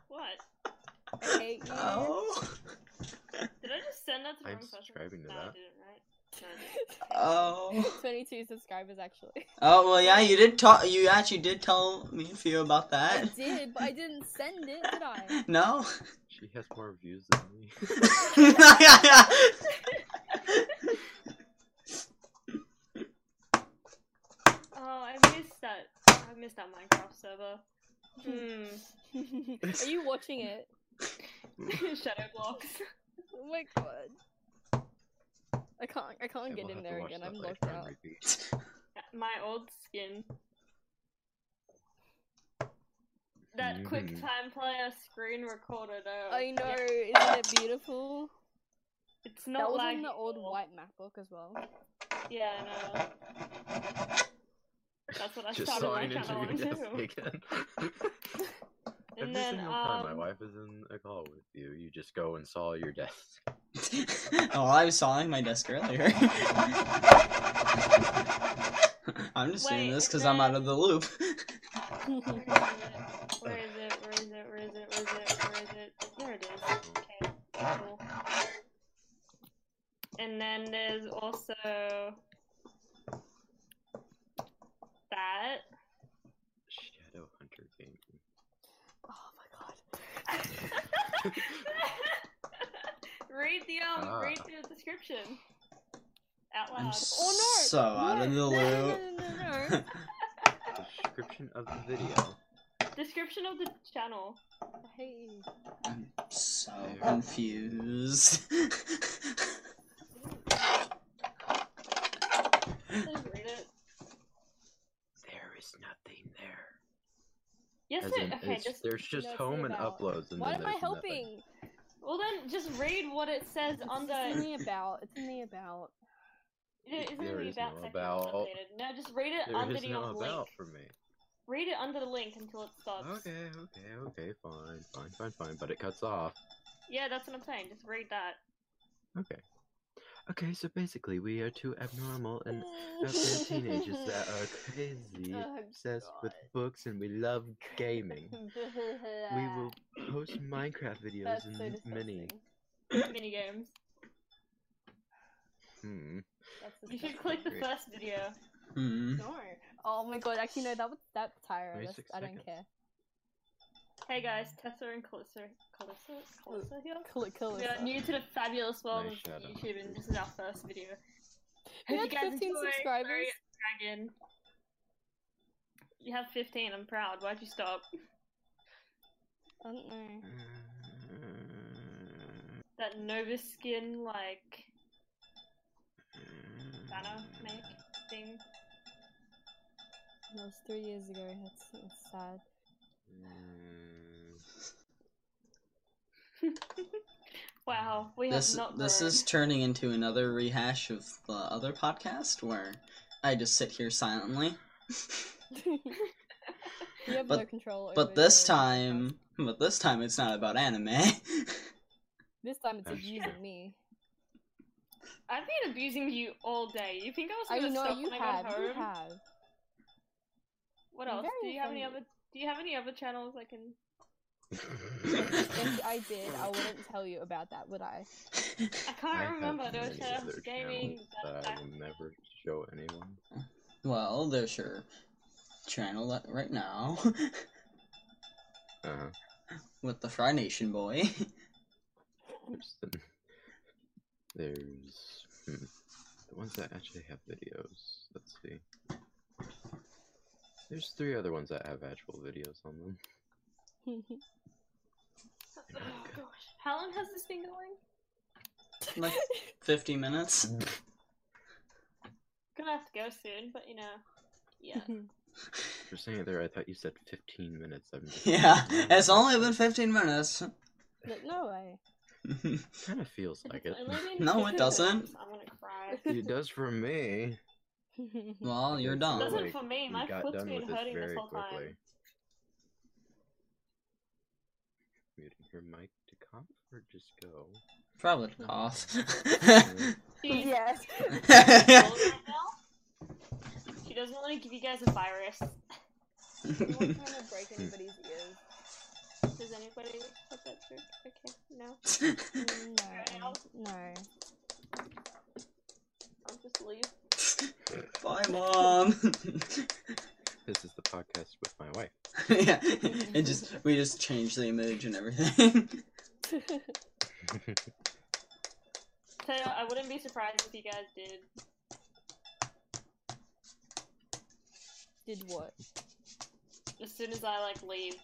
What?
I hate you.
Oh.
Did I just send that to the
I'm
wrong person?
subscribing to
no, I
that.
didn't, right? No, I didn't.
Oh.
22 subscribers actually.
Oh well, yeah, you did talk. You actually did tell me and Theo about
I
that.
did, but I didn't send it, did I?
No.
She has more views than me.
Oh, I missed that. I missed that Minecraft server. Hmm.
Are you watching it?
Shadow blocks.
Oh my god. I can't. I can't
Yeah,
get
we'll have
in
to
there
watch
again.
that
I'm
later
locked
on
out.
repeat.
My old skin. That quick
Mhm.
time player screen recorder though.
I know.
Yeah,
Isn't it beautiful?
It's not
that was
like
in the old white MacBook as well.
Yeah, I know. That's what I
Just
started
saw
my
an
channel
interview
on
just
too.
again. Every
And then
single time my
um
wife is in a call with you, you just go and saw your desk.
oh, I was sawing my desk earlier. I'm just doing
Wait,
this
and
because I'm out
then-
of the loop.
Oh
where is it? Where is it? Where is it? Where is it? Where is it? There it is. Okay. Cool. And then there's also that.
Shadow Hunter game.
Oh my god.
read the um,
Ah.
read the description out
I'm
loud.
Oh, no.
so out of
What?
the
No, no,
loop.
no, no, no.
Description of the video.
Description of the channel.
I hate you.
I'm so confused.
Please read it.
There is nothing there.
Yes,
As
there-
in,
okay,
it's-
just
there's just
No, it's
home and
about-
uploads, and
Why
then
am I
there's nothing.
helping?
well then just read what it says
It's
under.
in
It
the about. It's in the about.
isn't
There
the
is
about
no
section.
about.
It's updated. No, just read it
There
under
is
the
no
um,
about
link.
for me.
Read it under the link until it stops.
Okay, okay, okay, fine, fine, fine, fine. But it cuts off.
Yeah, that's what I'm saying. Just read that.
Okay. Okay, so basically, we are two abnormal and upset teenagers that are crazy,
Oh,
obsessed with
God.
books, and we love gaming. We will post Minecraft videos
That's
and
so
mini.
disgusting.
Mini games.
Hmm.
That's
You should
disgusting.
click the
Great.
first video.
hmm.
No. Oh my god. Actually, no. That was that Tyra.
Wait
That's,
six
I don't
seconds.
care.
Hey guys, Tessa and Calissa, Calissa, Calissa here.
Kill it. Kill
We
it.
are new to the fabulous world
Nice
of
shadow.
YouTube, and this is our first video.
We
Hope
had 15
enjoy
subscribers.
Mario Dragon. You have 15. I'm proud. Why'd you stop?
I don't know.
Uh,
that Nova Skin like banner make thing.
That was three years ago. That's, that's sad.
Mm,
wow, we
This
have not.
this
grown.
is turning into another rehash of the other podcast where I just sit here silently.
you have no
But-
control. over
but this
your-
time, but this time it's not about anime.
This time it's
That's
abusing
true.
me.
I've been abusing you all day. You think I was
I
gonna
know
stop
you
when I
have.
got
You
home?
have.
What
You're
else? Do
very
you have any
funny.
other? Do you have any other channels I can?
If I did, I wouldn't tell you about that, would I?
I can't
have
remember. There was
many
Shadow
other
Gaming.
channels That I will never show anyone.
well, there's your channel that- right now
Uh-huh.
with the Fry Nation boy.
There's the, there's hmm, the ones that actually have videos. Let's see. There's three other ones that have actual videos on them.
Oh gosh, how long has this been going?
like 50 minutes.
Gonna have to go soon, but you know, yeah.
For saying it there, I thought you said 15 minutes. I'm just
Yeah, it's only been 15 minutes.
Like, no way.
Kind of feels like it.
It's only been
No, it
15
doesn't.
minutes. I'm gonna cry.
it does for me.
well, you're
It
That's
done.
doesn't
like,
for me.
We
My
got
foot's
done
been
with this
hurting
very
this whole
quickly.
time.
Muting your mic to cough or just go.
Probably cough.
Do you-
yes.
cold right now. She doesn't want to give you guys a virus.
I'm not trying to break anybody's ears.
Does anybody put that through? Okay, no.
No. No.
I'll just leave.
Bye, mom.
This is the podcast with my wife.
yeah, and just we just changed the image and everything.
So I wouldn't be surprised if you guys did.
Did what?
As soon as I like leave,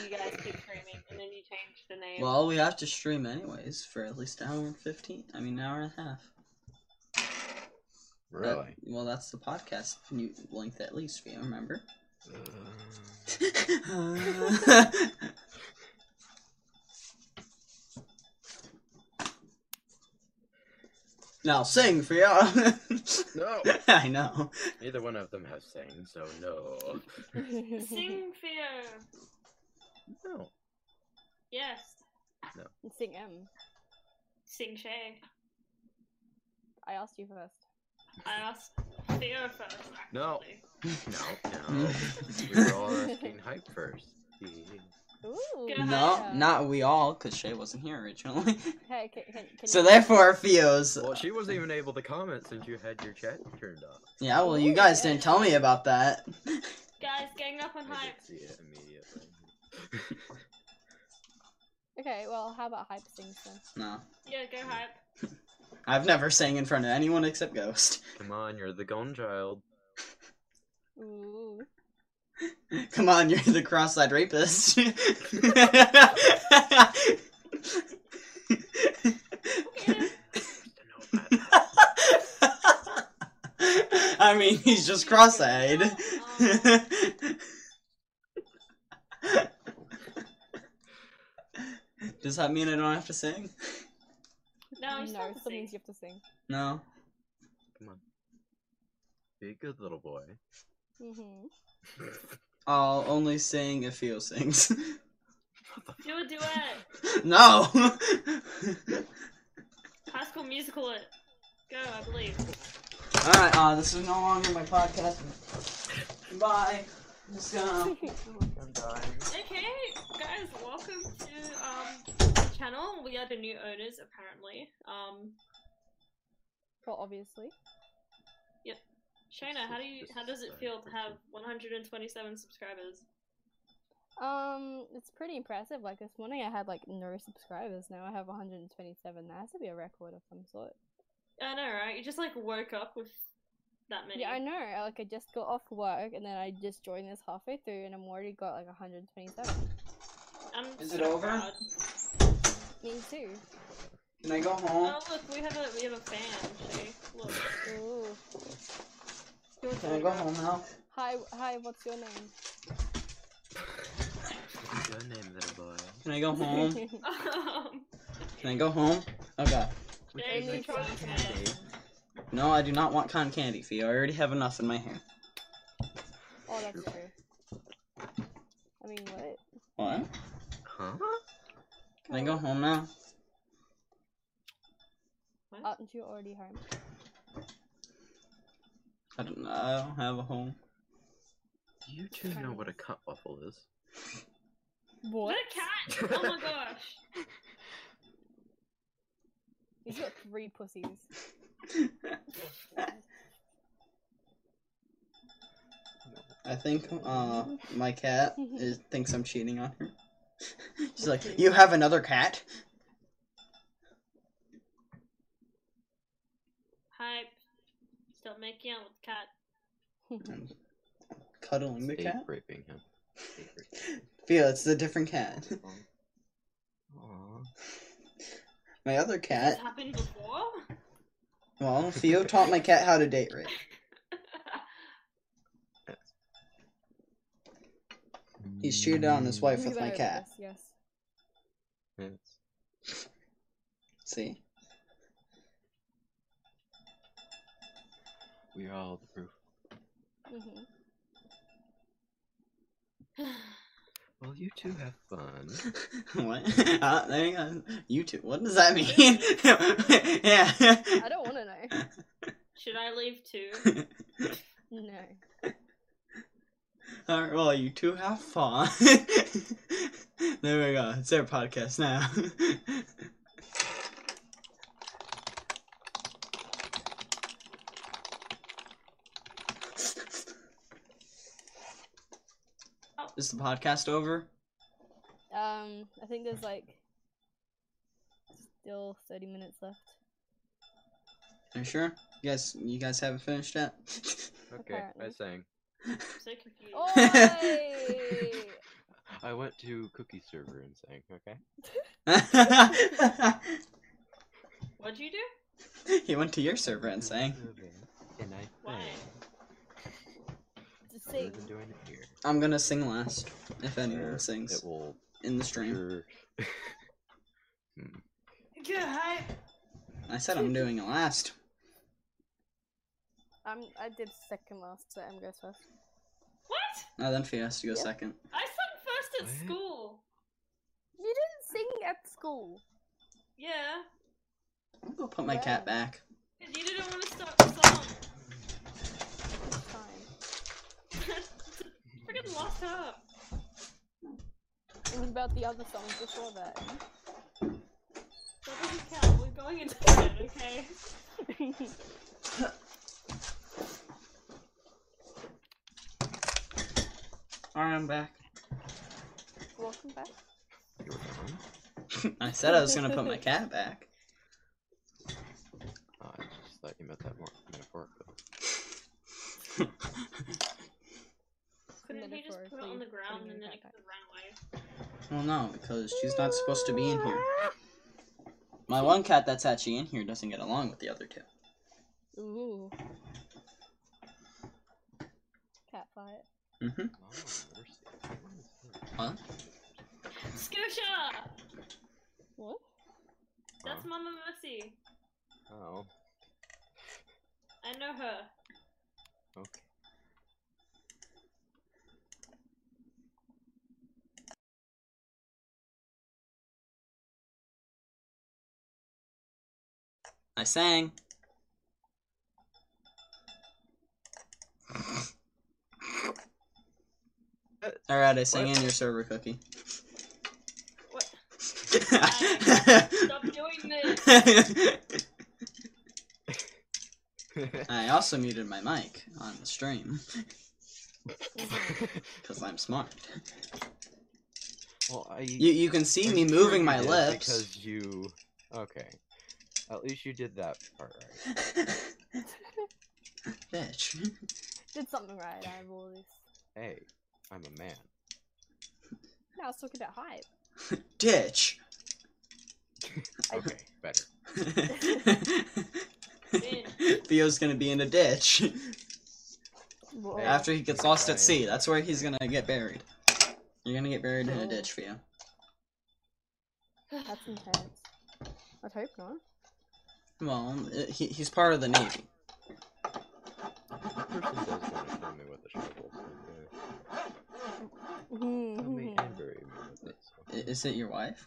you guys keep screaming, and then you change the name.
well, we have to stream anyways for at least an hour and fifteen. I mean, an hour and a half. That-
Really?
well, that's the podcast new length at least. If you remember.
Uh,
now sing for y'all.
no!
I know.
Neither one of them have sang, so no.
Sing.
Sing fear.
No.
Yes.
Sing M.
Sing Shay.
I asked you first.
I asked Theo first. Actually.
No. No, no. we were all asking hype first.
Ooh.
Go
No,
yeah.
not we all, because Shay wasn't here originally.
Hey, can, can, can
so
you-
therefore, Theo's.
Well, she wasn't even able to comment since you had your chat turned off.
Yeah, well,
Ooh,
you guys
yeah.
didn't tell me about that.
Guys, gang up on
I
hype.
did see it immediately.
Okay, well, how about hype things then?
No,
Yeah, go hype.
I've never sang in front of anyone except Ghost.
Come on, you're the gone child.
Ooh.
Come on, you're the cross-eyed rapist. I mean, he's just cross-eyed. Does that mean I don't have to sing?
No, you
no,
still have to
still means
sing.
you have to sing.
No.
Come on. Be a good little boy.
hmm
I'll only sing if Theo sings.
Do a duet.
no!
High School Musical it. Go, I believe.
Alright, uh, this is no longer my podcast. Bye. I'm just gonna.
Mm-hmm.
Okay, guys, welcome to um the channel. We are the new owners, apparently. Um,
Well, obviously.
Shayna, how do you how does it feel to have 127 subscribers?
Um, it's pretty impressive. Like this morning, I had like no subscribers. Now I have 127. That has to be a record of some sort.
I know, right? You just like woke up with that many.
Yeah, I know. I, Like I just got off work and then I just joined this halfway through, and I'm already got like 127.
I'm
Is
so
it over?
proud.
Me too.
Can I go home?
Oh look, we have a we have a fan. Shay. Look.
Ooh.
Your
Can I go
turn.
home now?
Hi, hi. What's your name?
What's your name, little boy?
Can I go home?
Um,
Can I go home? Oh god.
Would
Jay,
you like
try
some
again.
candy?
No, I do not want cotton candy, Theo. I already have enough in my hair.
oh, that's true. I mean, what?
What?
Huh?
Can I go home now?
Uh, Aren't you already home?
I don't I don't have a home.
Do you two know what a cut waffle is?
What
What?
a cat! Oh my gosh.
He's got three pussies.
I think uh my cat is, thinks I'm cheating on her. She's like, you have another cat?
Hype. Stop making out with cat.
I'm cuddling the
Ape
cat.
raping him. Ape raping
Theo, it's a different cat.
him. Aw.
My other
This
cat.
happened before?
Well, Theo taught my cat how to date rape. He's cheated on his wife
Think
with my
about it
cat.
this, Yes.
Mm. Yes.
See?
We are all the proof.
hmm
Well, you two have fun.
what? Uh, there you go. You too. What does that mean? yeah.
I don't want to know.
Should I leave too?
No.
All right, well, you two have fun. there we go. It's their podcast now. Is the podcast over?
Um, I think there's like still 30 minutes left.
Are you sure? You guys, you guys haven't finished yet.
Okay, I
Apparently.
sang.
I'm so confused.
Oh. Oi!
I went to cookie server and sang, okay?
What'd you do?
he went to your server and sang,
Server, And I
Why?
Just
sang.
sing.
I've been doing it here.
"I'm gonna sing last if
Sure,
anyone sings
It will.
in the stream."
Sure.
Get hype.
I said I'm doing it last.
I'm, I did second last, so I'm goes first.
What?
Oh, then Theo has to go
Yeah.
second.
I sung first at
What?
school.
You didn't sing at school.
Yeah.
I'll go put my cat
Wow.
back.
Because you didn't want to start the song.
It's fine.
Freaking lost her.
It was about the other songs before that.
That doesn't count. We're going into it, okay?
Alright, I'm back.
Welcome back.
You were gone?
I said I was gonna put my cat back.
Oh, I just thought you meant that more metaphorically.
Couldn't you just put it on
Metaphorically
the ground
putting
and then
your cat
it
back.
could run away?
Well, no, because she's not supposed to be in here. My one cat that's actually in here doesn't get along with the other two.
Ooh. Cat fight.
Mm-hmm.
Oh, mercy. What is this?
Huh?
Scotia!
What?
That's
Huh?
Mama Mercy.
Oh,
I know her.
okay.
I sang. Alright, I sang in your server cookie.
What? Stop doing this!
I also muted my mic on the stream because I'm smart.
well, I.
You you can see me
I'm sure
moving
you
my
did
lips.
Because you. Okay. At least you did that part right.
Bitch.
Did something right out of all this.
Hey, I'm a man.
Now let's talk about hype.
Ditch.
Okay, better.
Theo's gonna be in a ditch
Whoa.
after he gets lost at
Right.
sea. That's where he's gonna get buried. You're gonna get buried in a ditch, Theo.
That's intense. I'd hope not.
Well, uh, he, he's part of the navy.
This person does want to kill me with a shovel. So yeah. Kill
Mm-hmm.
me and bury me with it. So.
I- Is it your wife?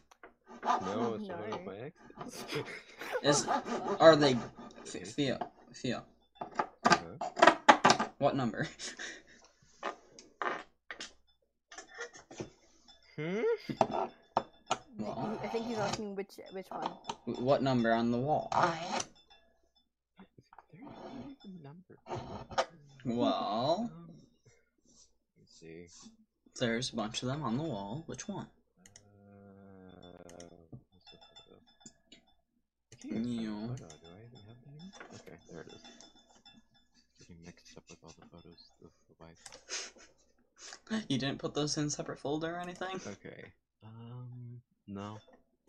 No, it's one
No.
of my exes.
Is are they Th- Theo? Theo,
Huh?
what number?
Hmm?
Well,
I think he's asking which which one.
w- what number on the wall?
There's not a number.
Well,
Um, let's see.
there's a bunch of them on the wall. Which one?
Uh, what's the photo? I can't
Yeah.
even find the photo. Do I even have that? anymore? Okay, there it is. Getting mixed up with all the photos of the wife.
You didn't put those in separate folder or anything?
Okay. Um, no.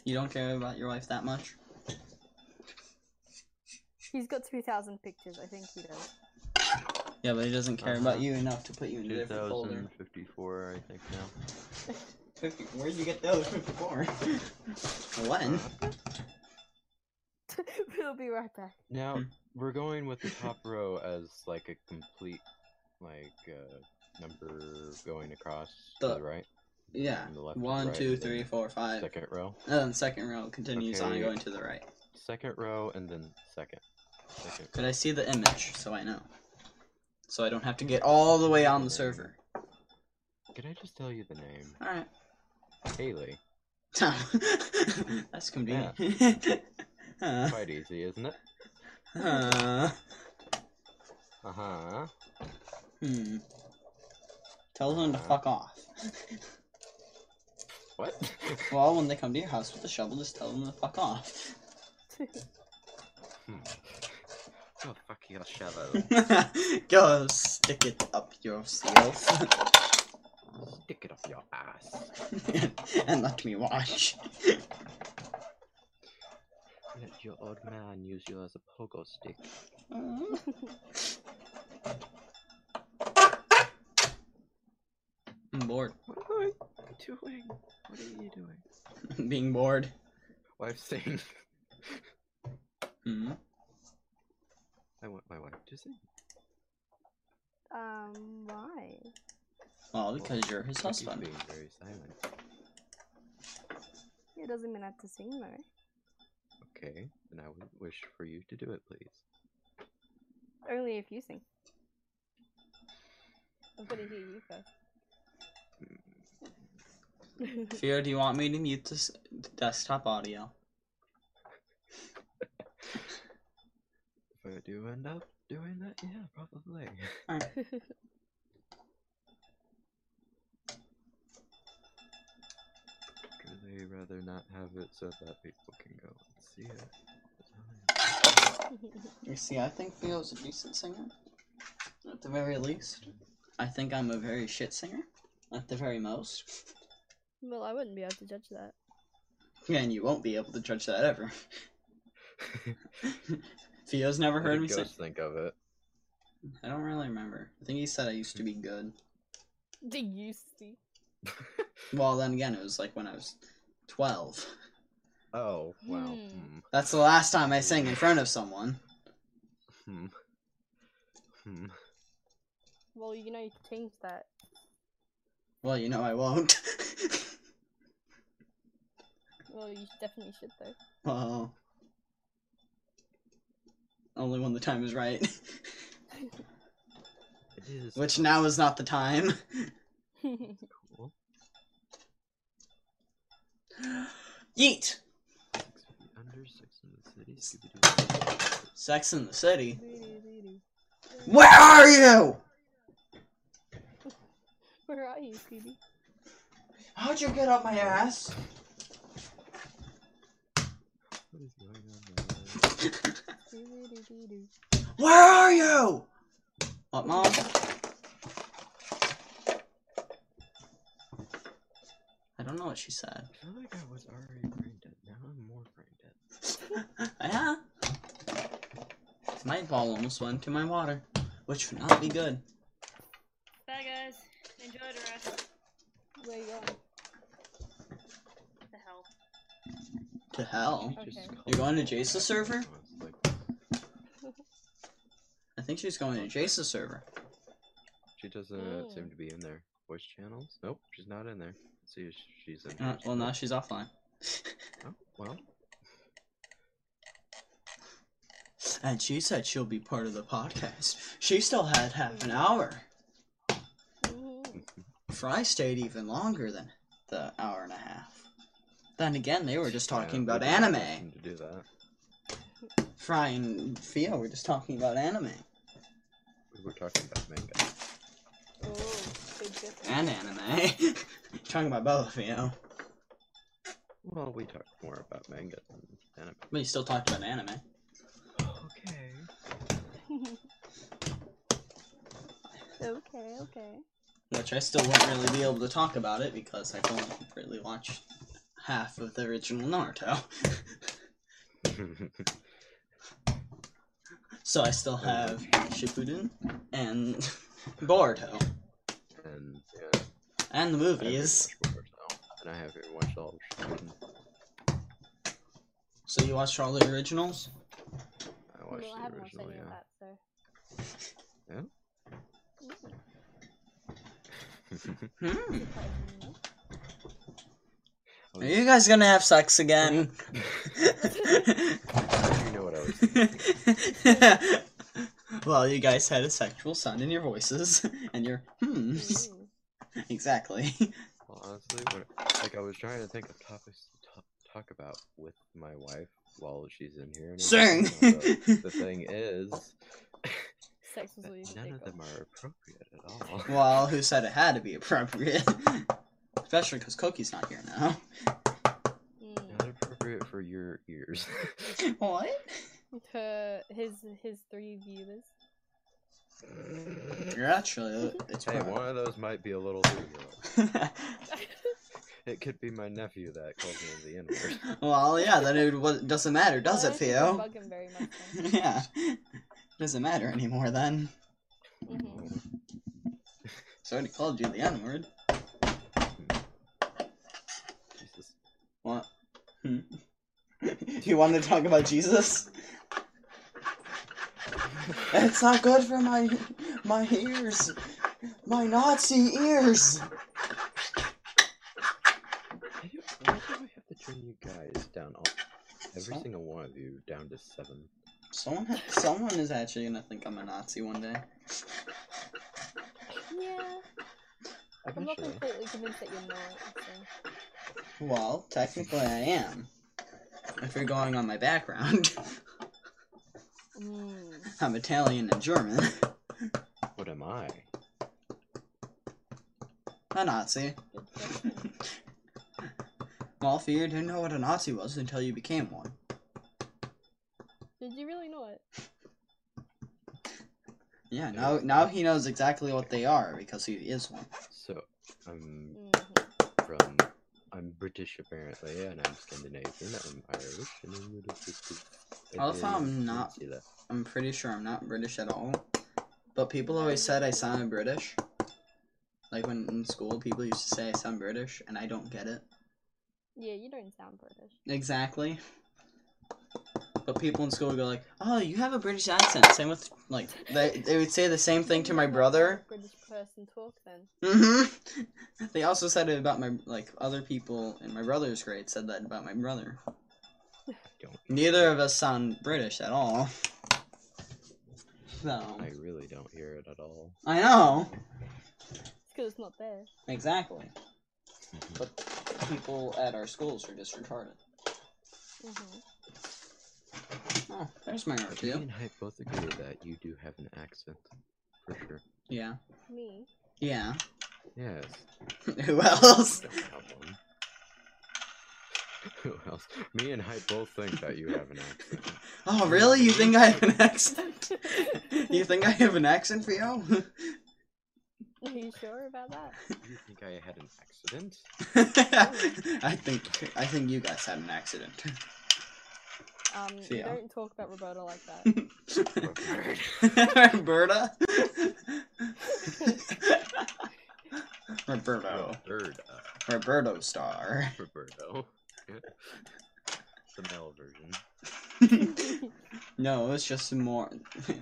You don't care about your wife that much?
He's got two thousand pictures. I think he does.
Yeah, but he doesn't care about
Uh-huh.
you enough to put you in a different folder.
2054, I think now.
50, where'd you get the other 54?
Uh,
when?
we'll be right back.
Now
Hmm.
we're going with the top row as like a complete, like uh, number going across to
The-
the right.
Yeah.
From the left to the
One,
right,
two,
and then
three, four, five.
Second row.
And then second row continues on
Okay.
going to the right.
Second row, and then second. Second.
Could I see the image so I know? So I don't have to get all the way on the server.
Could I just tell you the name?
Alright.
Haley.
That's convenient. Uh, Huh.
Quite easy, isn't it?
Huh.
Uh huh.
Hmm. Tell them to fuck off.
What?
Well, when they come to your house with a shovel, just tell them to fuck off.
Hmm. Go fuck your shadow.
Go stick it up yourself
Stick it up your ass.
and let me watch.
Let your old man use you as a pogo stick.
I'm bored.
What am I doing? What are you doing?
Being bored.
Wife sing.
Hmm.
I want my wife to sing.
Um, why?
Well, because you're his
Look, he's
husband.
being very silent.
It doesn't mean I have to sing though.
Okay, then I would wish for you to do it, please.
Only if you sing. I'm gonna hear you first.
Fear, do you want me to mute this desktop audio?
If I do end up doing that, yeah, probably. I'd really rather not have it so that people can go and see it.
You see, I think Theo's a decent singer. At the very least. I think I'm a very shit singer. At the very most.
well, I wouldn't be able to judge that.
And you won't be able to judge that ever. Theo's never heard me
What did
sing.
Ghost think of it?
I don't really remember. I think he said I used to be good.
Do you see?
Well, then again, it was like when I was 12.
Oh, wow.
Hmm.
That's the last time I sang in front of someone.
Hmm. Hmm. Hmm.
Well, you know you can change that.
Well, you know I won't.
Well, you definitely should though.
well, Uh-huh. only when the time is right,
It is
which now is not the time.
cool.
Yeet!
Six feet under, six in the city, Scooby-Doo.
Sex in the City.
Where
Where are you?
are you, Scooby?
How'd you get up my ass?
What is going on now?
Doo-doo-doo-doo.
Where are you? What, Mom? I don't know what she said.
I feel like I was already brain dead. Now I'm more brain
ah. My ball almost went into my water, which would not be good.
Bye, guys. Enjoy the rest.
Where you going?
What the hell?
To hell.
She just
Okay.
called
You're going to
me.
Jace's server?
I was like,
I think she's going to Jace's server.
She doesn't seem
Mm.
to be in there. Voice channels? Nope, she's not in there. Let's see if sh- she's in.
Uh,
here
well, now
still.
she's offline.
Oh, well,
And she said she'll be part of the podcast. She still had half an hour.
Mhm.
Fry stayed even longer than the hour and a half. Then again, they were just talking
yeah,
about
we didn't have
anime.
time To do that,
Fry and Fia were just talking about anime
we were talking about manga.
Oh, big difference.
and anime. talking about both, you know.
Well, we talked more about manga than anime.
But you still talked about anime.
Okay.
okay, okay.
Which I still won't really be able to talk about it because I've only really watched half of the original Naruto. So I still have Shippuden and Boruto
and yeah,
and the
I haven't
movies.
watched Boruto, and I haven't watched all of Shippuden.
So you watched all the originals?
Oh, I
Well,
watched
I
the
haven't watched
original,
any of
yeah.
that, so.
Yeah?
Mm,
Hmm.
surprising enough.
Are
I was-
you guys gonna have sex again?
you know what I was
well, you guys had a sexual sound in your voices and your hmm.
Mm.
Exactly.
Well, honestly, when, like I was trying to think of topics to talk, talk about with my wife while she's in here. And
Sing.
everything, but The thing is,
Sex was
that
what you
none
take
of them
off.
are appropriate at all.
well, who said it had to be appropriate? Especially because Cookie's not here now.
Mm.
Not appropriate for your ears.
What?
To his his three viewers.
hey,
You're actually. It's
one of those might be a little too little. It could be my nephew that called me the N word.
well, yeah, then it wa- doesn't matter, does
Well,
it,
that doesn't
Theo?
Bug him very much. then.
yeah. Doesn't matter anymore then.
Mhm.
So I already called you the N word.
Jesus.
What? Hmm. you want to talk about Jesus? It's not good for my my ears, my Nazi ears.
I do, why do I have to turn you guys down? All, every
Huh?
single one of you down to seven.
Someone, ha- someone is actually gonna think I'm a Nazi one day.
Yeah, I'm not
Eventually.
completely convinced that you're not. So.
Well, technically I am. If you're going on my background,
Mm.
I'm Italian and German.
What am I?
A Nazi.
Good question.
Well, you didn't know what a Nazi was until you became one.
Did you really know it?
Yeah, now now he knows exactly what they are because he is one.
So, I'm
Mhm.
from. I'm British apparently, and I'm Scandinavian. I'm Irish, and I'm a little bit.
I love how I'm
Italian,
not-
Peninsula.
I'm pretty sure I'm not British at all. But people always said I sounded British. Like when in school, people used to say I sound British, and I don't get it
Yeah, you don't sound British.
exactly. But people in school would go like, "Oh, you have a British accent." Same with like they they would say the same thing to my
You're not
brother.
a British person talk then.
hmm They also said it about my like other people in my brother's grade said that about my brother.
Don't.
Neither of us sound British at all. So
I really don't hear it at all.
I know.
It's because it's not there.
Exactly. But people at our schools are just retarded.
Mhm.
Oh, there's my
Me
review.
and I both agree that you do have an accent, for sure.
Yeah.
Me.
Yeah.
Yes.
Who else?
you Don't have one. Who else? Me and I both think that you have an accent.
Oh, really? You think I have an accent? you think I have an accent for you?
Are you sure about that?
You think I had an accident?
I think I think you guys had an accident.
Um,
See ya.
don't talk about Roberta like that.
Roberta? Roberto.
Roberta.
Roberto Star.
uh, Roberto. the male version.
no, it's just more.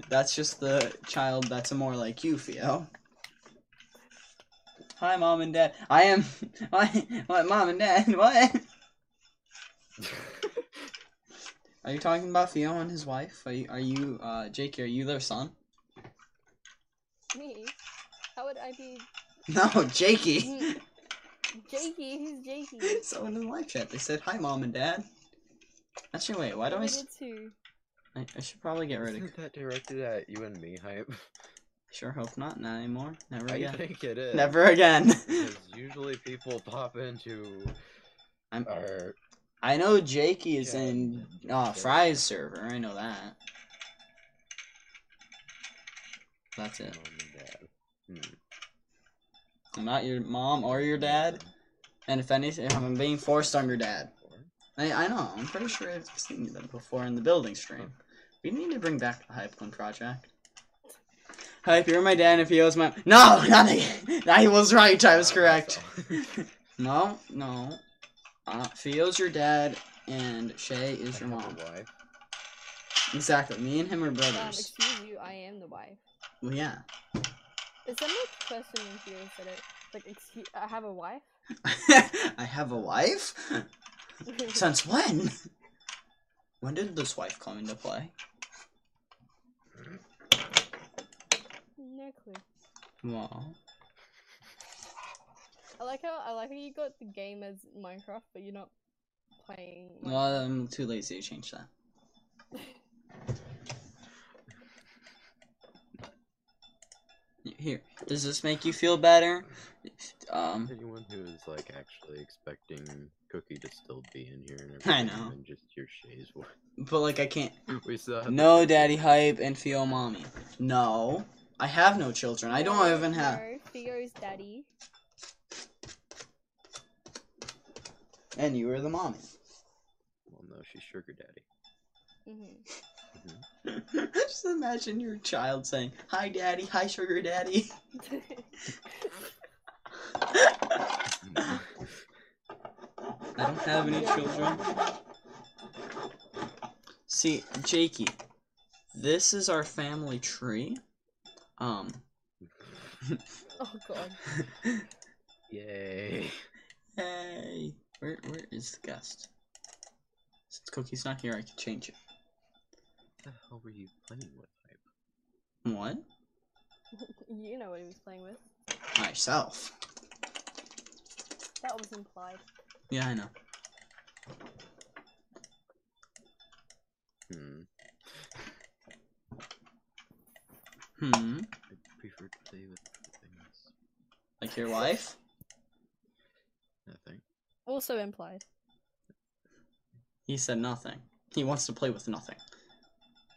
That's just the child that's more like you, Theo. Hi, mom and dad. I am. What? What, mom and dad? What? Are you talking about Theo and his wife? Are you, are you uh, Jakey, are you their son?
Me? How would I be
No, Jakey!
Mm. Jakey? Who's Jakey?
Someone in the live chat, they said, hi, mom and dad. Actually, wait, why do I.
I
s-
did too.
I, I should probably get rid of.
Isn't that directed at you and me hype?
Sure hope not, not anymore. Never
I
again.
think it is.
Never again!
Because usually people pop into
I'm,
our
I know Jakey is
Yeah,
in
yeah,
uh,
yeah.
Fry's server. I know that. That's
mom
it.
and dad. Hmm.
I'm not your mom or your dad. And if anything, if I'm being forced, I'm your dad. I, I know. I'm pretty sure I've seen you that before in the building stream. We need to bring back the Hypeclone project. Hype, you're my dad if he owes my. No, not again. I was right. I was correct. No, no. Uh, Theo's your dad, and Shay is your mom.
Wife.
Exactly. Me and him are
Um,
brothers.
excuse you, I am the wife.
Well, yeah.
Is that my question when Theo said it? Like, excuse, I have a wife?
I have a wife? Since when? When did this wife come into play?
no clue.
Well,
I like how I like how you got the game as Minecraft, but you're not playing.
well, I'm too lazy to change that. Here, does this make you feel better? Um,
Anyone who is like actually expecting Cookie to still be in here and everything,
I know.
and just your Shay's voice.
but like I can't.
We still have the
No,
same-
daddy hype and Theo mommy. No, I have no children. I don't even have.
No, Theo's daddy.
And you were the mommy.
Well, no, she's sugar daddy.
hmm
Just imagine your child saying, "Hi, daddy. Hi, sugar daddy."
Mm-hmm.
I don't have any children. See, Jakey, this is our family tree. Um,
oh god.
Yay!
hey, where where is the guest? Since Cookie's not here, I can change it.
What the hell were you playing with? Hype?
What?
You know what he was playing with.
Myself.
That was implied.
Yeah, I know.
Hmm.
Hmm.
I prefer to play with things.
Like your wife?
Nothing.
Also implied.
He said nothing. He wants to play with nothing.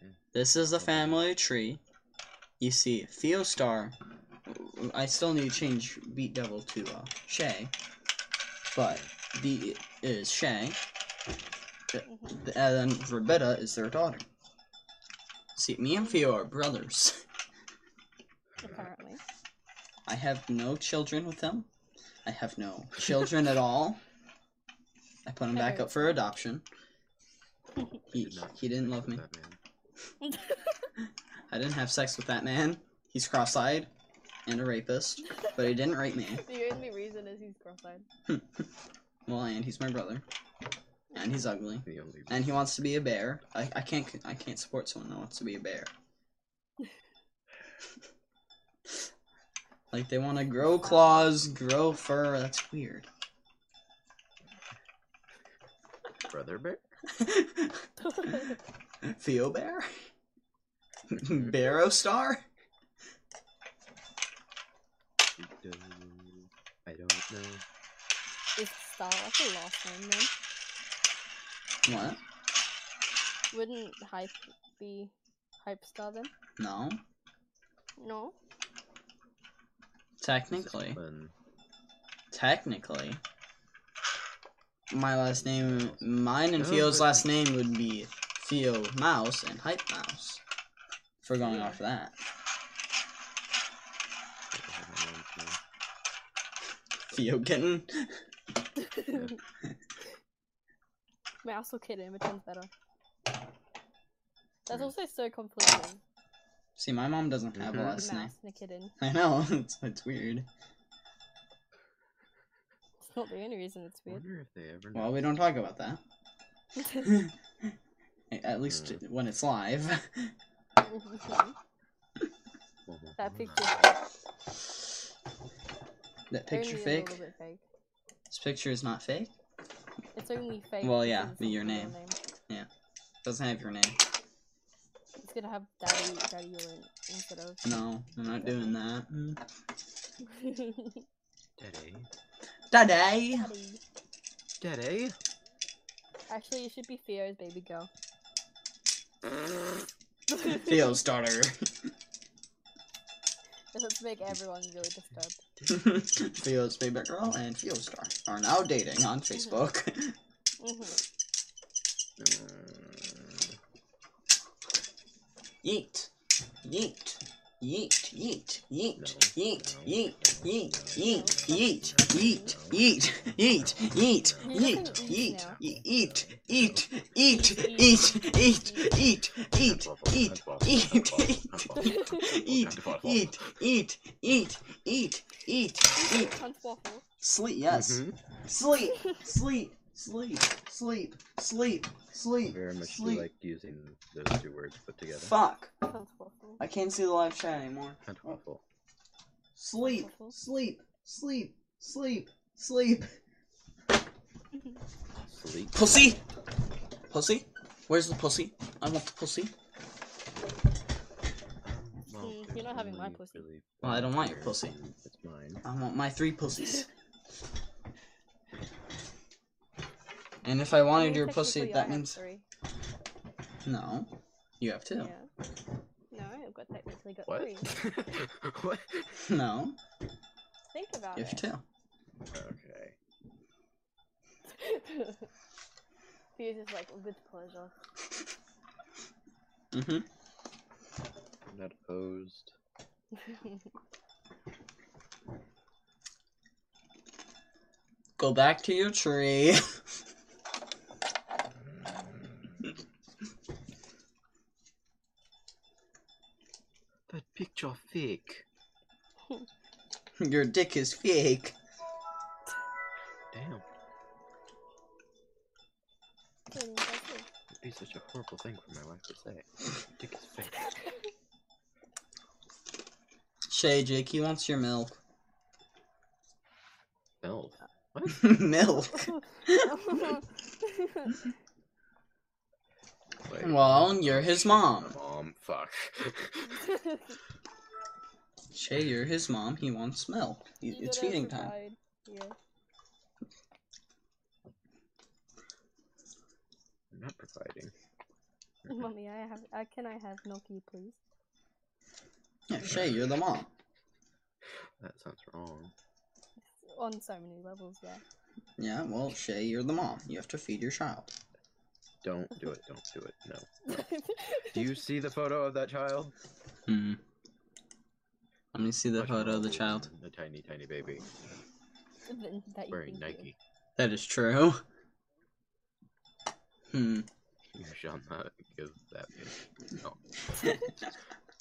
Mm.
This is the family tree. You see, Theostar. I still need to change Beat Devil to uh, Shay, but B is Shay,
hmm
and then Rebetta is their daughter. See, me and Theo are brothers.
Apparently.
I have no children with them. I have no children at all. I put him back up for adoption. He,
did not
he didn't love
With
me.
that man.
I didn't have sex with that man. He's cross-eyed and a rapist, but he didn't rape me.
the only reason is he's cross-eyed.
Well, and he's my brother, and he's ugly,
The only.
and he wants to be a bear. I, I can't I can't support someone that wants to be a bear. like they want to grow claws, grow fur. That's weird.
brother bear.
Theo Bear, Barrow Star.
He does- I don't know.
Is Star like a last name then?
What?
Wouldn't hype be hype star then?
No,
No.
This is
technically.
fun.
Technically, my last name, mine and
Oh,
Theo's
but-
last name would be Theo Mouse and Hype Mouse. If we're going off that. Theo Kitten.
Mouse or kitten, which one's better? That's also so conflicting.
See, my mom doesn't have a
Mhm.
lot of
A
snacks.
mouse and a kitten.
I know, it's, it's weird.
It's not the only reason it's
I
weird.
wonder if they ever.
Well, we don't talk about that. At least
Mm.
when it's live.
that picture
that picture
only
fake?
is a little bit fake.
This picture is not fake?
It's only fake.
Well, yeah,
because
but
it's
your
not my
name.
real
Doesn't have your name.
It's gonna have daddy, daddy urine instead of.
No, I'm not doing that. Mm.
Daddy.
Daddy!
daddy.
Daddy.
Actually, you should be Theo's baby girl.
Theo Starter.
This would make everyone really disturbed.
Theo's baby girl and Theo Star are now dating on Facebook. Mm-hmm.
Mhm.
Yeet. Yeet. Yeet, yeet, yeet,
No,
yeet,
no,
yeet,
no,
yeet,
no,
yeet,
no,
yeet, yeet,
no, no,
yeet, yeet,
no, no,
yeet, yeet,
no,
You're looking
yeet,
at
yeet,
yeet
eat,
now.
eat, eat, eat,
Eat,
eat,
eat,
eat, eat, eat, eat, eat, eat, eat,
Mm.
eat, eat, eat, eat,
Hunt waffle.
sleep, yes,
Mhm.
sleep, sleep, sleep, sleep, sleep, sleep,
Very much do
sleep.
like using those two words put together.
Fuck,
Hunt waffle.
I can't see the live chat anymore.
Hunt waffle.
Sleep, sleep, sleep, sleep, sleep.
Sleep.
Pussy, pussy, where's the pussy? I want the pussy.
Well,
Mm,
there's
you're not having my
only
pussy.
really
Well, I don't want your
one
pussy.
here, and It's mine.
I want my three pussies. and if I
I mean,
wanted your
technically
pussy,
I
that
have
means
three.
no. You have two.
Yeah. No, I've got technically got
What?
three.
what?
No,
Think about
you have
it.
two.
Okay.
Theo's is like with pleasure.
Mm-hmm.
I'm not opposed.
Go back to your tree.
That picture fake.
your dick is fake.
Damn.
Mm, that's it.
It'd be such a horrible thing for my wife to say. Your dick is fake.
Shay, Jake, he wants your milk.
Milf.
milk.
Wait.
Well, you're his mom.
Mom. Fuck.
Shay, you're his mom. He wants milk. Y-
You
It's
gotta
feeding time.
provide- Yeah.
I'm not providing.
Mommy, I have. I, can I have milky, please?
Yeah, Shay, you're the mom.
That sounds wrong.
On so many levels, yeah.
Yeah, well, Shay, you're the mom. You have to feed your child.
Don't do it. Don't do it. No. Do you see the photo of that child?
Hmm. Let me see the
Much
photo of the
older
child.
than The tiny, tiny baby
Then that you
wearing
think
Nike.
That is true. Hmm.
You shall not give that. baby- No.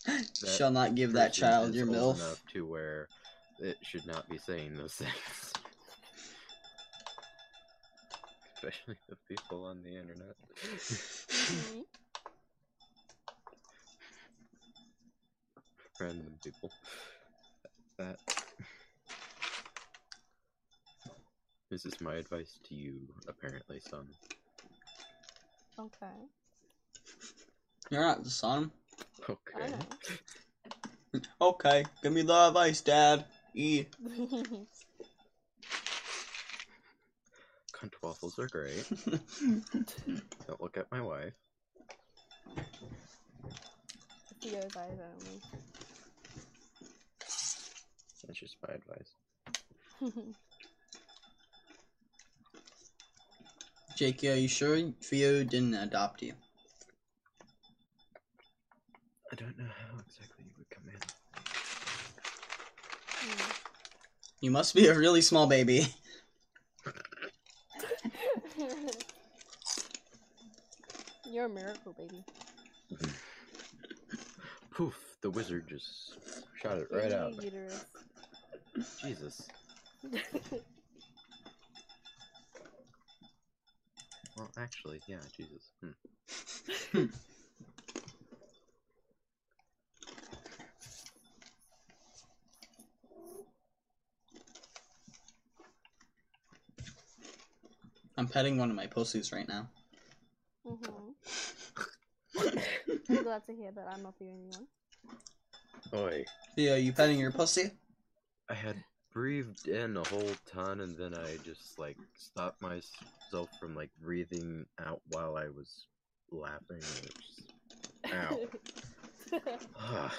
That
Shall not give that
person
child
is
your
old
milk.
enough to where it should not be saying those things. Especially the people on the internet.
Mhm.
Random people. That. This is my advice to you, apparently, son.
Okay.
You're not the son.
Okay.
Oh.
Okay, give me the advice, Dad. E.
I
Cunt waffles are great. Don't look at my wife.
Theo's eyes only.
That's just my advice.
Jakey, are you sure Theo didn't adopt you?
I don't know how exactly you would come in.
You must be a really small baby.
You're a miracle, baby.
Poof! The wizard just shot it right
You're
out.
a uterus.
Jesus. Well, actually, yeah, Jesus. Hmm.
I'm petting one of my pussies right now.
Mhm. I'm glad to hear that I'm not the only one.
Oi!
Theo, you petting your pussy?
I had breathed in a whole ton, and then I just like stopped myself from like breathing out while I was laughing. and it just- Ow. Ah.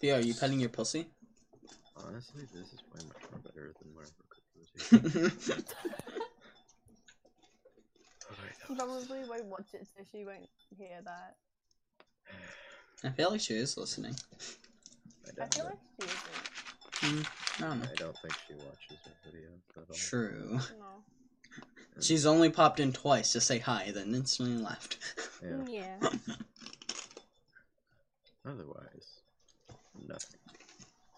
Theo, you petting your pussy?
Honestly, this is way much more better than whatever cookie was. eating.
Theo,
Alright, that was-
Probably won't watch it, so she won't hear that.
I feel like she is listening.
I
I
don't,
feel like
know.
she isn't.
I don't know.
I don't think she watches my videos at all.
True.
No.
She's only popped in twice to say hi, then instantly left.
Yeah.
Yeah.
Otherwise, nothing.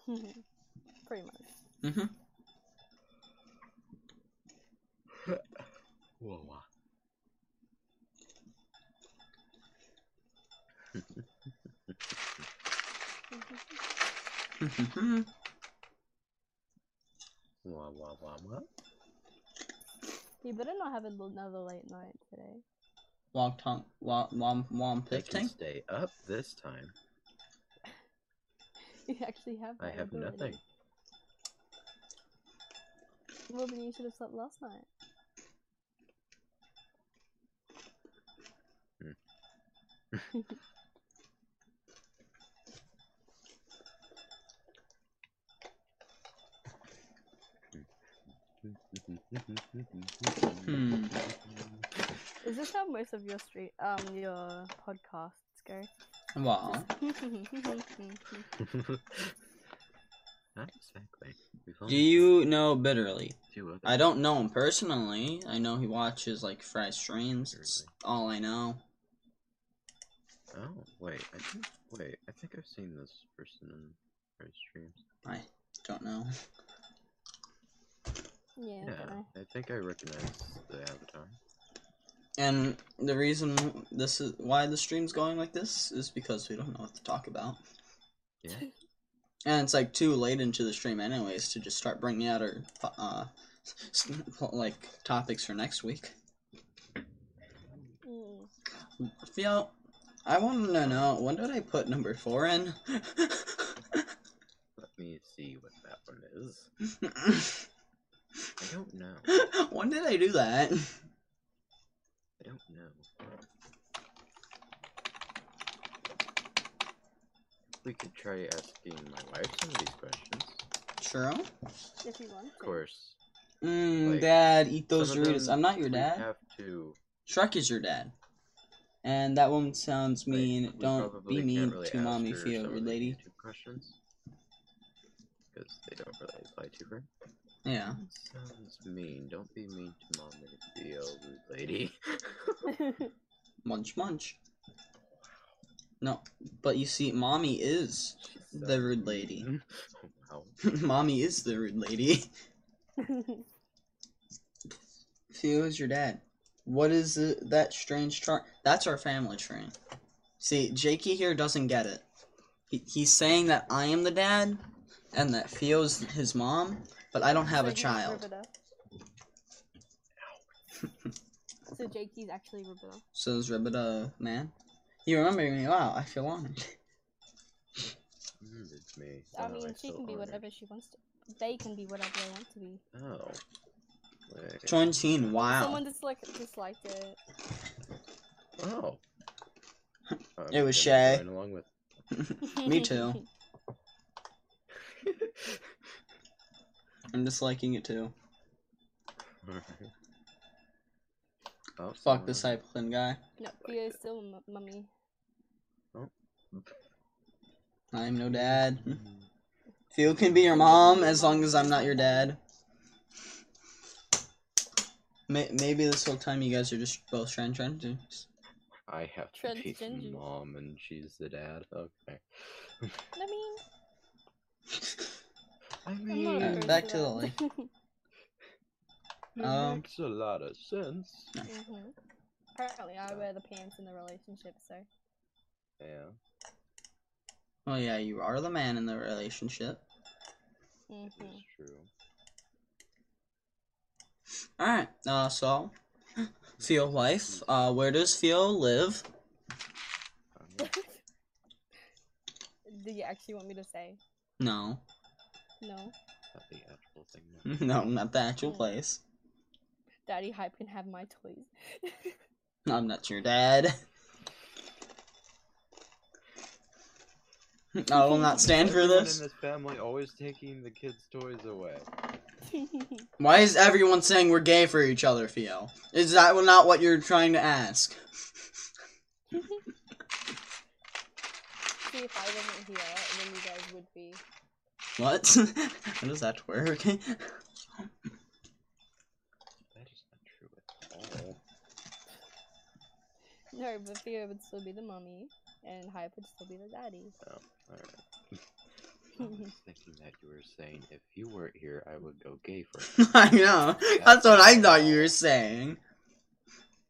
Mm, Pretty much.
hmm
Whoa. wah.
Mm-hmm.
Wah wah wah wah.
You better not have another late night today.
Womp tonk, womp womp womp
They
pifting.
can stay up this time.
You actually have.
I
that
have
ability.
nothing.
Well, then you should have slept last night.
Hmm.
Is this how most of your street, um, your podcasts go?
Wow.
Not exactly. We've
Do
only
you know bitterly?
two other
I don't know him personally. I know he watches like Fry Streams. It's all I know.
Oh wait, I think wait, I think I've seen this person in her streams.
I don't know.
yeah.
Yeah,
don't know.
I think I recognize the avatar.
And the reason this is why the stream's going like this is because we don't know what to talk about.
Yeah,
And it's like too late into the stream, anyways, to just start bringing out our uh, like topics for next week.
Mm.
Theo, I want to know when did I put number four in?
let me see what that one is. I don't know.
when did I do that?
I don't know. We could try asking my wife some of these questions.
True.
If you want.
Of course.
Mm,
Like,
dad, eat those
some of
Doritos.
them
I'm not your
we
dad.
Have to.
Shrek is your dad. And that woman sounds
like,
mean.
we
Don't
probably
be
can't
mean
really
to
ask
mommy,
her
Theo,
some of
your
the
lady.
YouTube questions because they don't really apply to her.
Yeah.
Sounds mean. Don't be mean to mommy, Theo, rude lady.
Munch, munch. No, but you see, mommy is
She's so
the rude lady.
mean. Oh, wow.
mommy is the rude lady. Theo is your dad. What is the, that strange chart? That's our family tree. See, Jakey here doesn't get it. He, he's saying that I am the dad and that Theo's his mom, but I don't have a
So you're not
child.
Rivida. so Jakey's actually Rivida.
So is Ribita man? You remember me? Wow, I feel honored.
Mm, it's me.
I
Wow,
mean,
I
she
feel
can be
honored.
whatever she wants to. They can be whatever they want to be.
Oh. Wait.
Join teen. Wow.
Someone just like disliked it.
Oh. I'm
It was
gonna
Shay.
join Along with.
Me too. I'm disliking it too.
About
Fuck the
someone.
Cycling guy.
No, Theo's still a mu- mummy.
I'm no dad. Theo can be your mom as long as I'm not your dad. May- maybe this whole time you guys are just both trying, trying to.
I have to be the
Transgender.
mom and she's the dad. Okay.
I mean,
I
I'm not
mean,
opposed
Mm, back to the
that.
it
um,
makes a lot of sense.
Mhm. Apparently, I wear the pants in the relationship, so.
Yeah.
Oh yeah, you are the man in the relationship.
hmm
It's true.
All right. Uh, so Theo wife. Uh, where does Theo live?
I'm not-
Do you actually want me to say
No,
no?
not the actual thing.
no,
no.
not the actual place.
Daddy Hype can have my toys.
I'm not your dad. I will not stand for
Everyone
this.
in this family always taking the kids' toys away.
Why is everyone saying we're gay for each other, Theo? Is that not what you're trying to ask?
See if I wasn't here, then you guys would be.
What? How does that work?
That is not true at all.
No, but Theo would still be the mummy, and Hype would still be the daddy.
Oh, alright. I was thinking that you were saying if you weren't here, I would go gay for it.
I know. That's what I thought you were saying.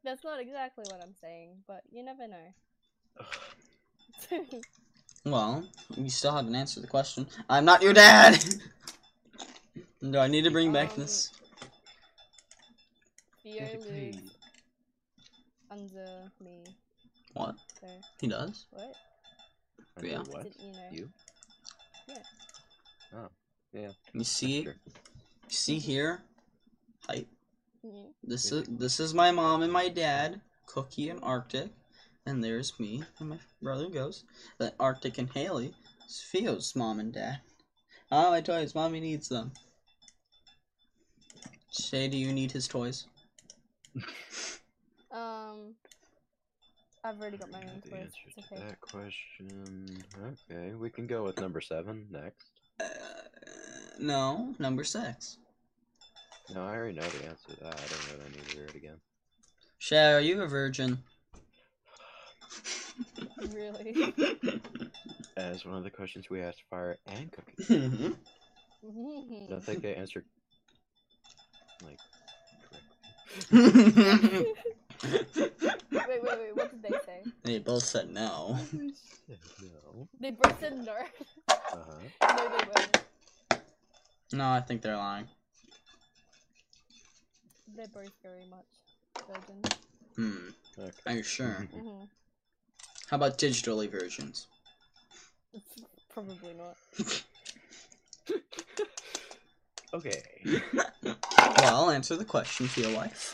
That's not exactly what I'm saying, but you never know.
Well, you still haven't answered the question. I'm not your dad. Do I need to bring back
Um,
this?
Theo lives under me,
What
so
he does?
what?
Yeah.
What?
Didn't you know?
You?
Yeah.
Oh, yeah.
You see, you
sure.
see here. Hi.
Mhm.
This is this is my mom and my dad, Cookie and Arctic, and there's me and my brother Ghost. Then Arctic and Haley, it's Theo's mom and dad. Ah, my toys. Mommy needs them. Say, do you need his toys?
Um, I've already got my
Not
own
the
toys.
answer
It's
to
okay.
that question. Okay, we can go with number seven next.
Uh, no, number six.
No, I already know the answer to that. I don't really need to hear it again.
Shay, are you a virgin?
Really?
As one of the questions we asked Fire and Cookie. I don't think I answered. Like. correctly.
they
wait, wait, wait. What did they say?
both said no.
no.
They both said no.
Uh huh.
no, they weren't.
No, I think they're lying.
They're both very much virgins.
Hmm.
Okay.
Are you sure?
hmm
How about digitally virgins?
Probably not.
Okay.
Well, I'll answer the question for your wife.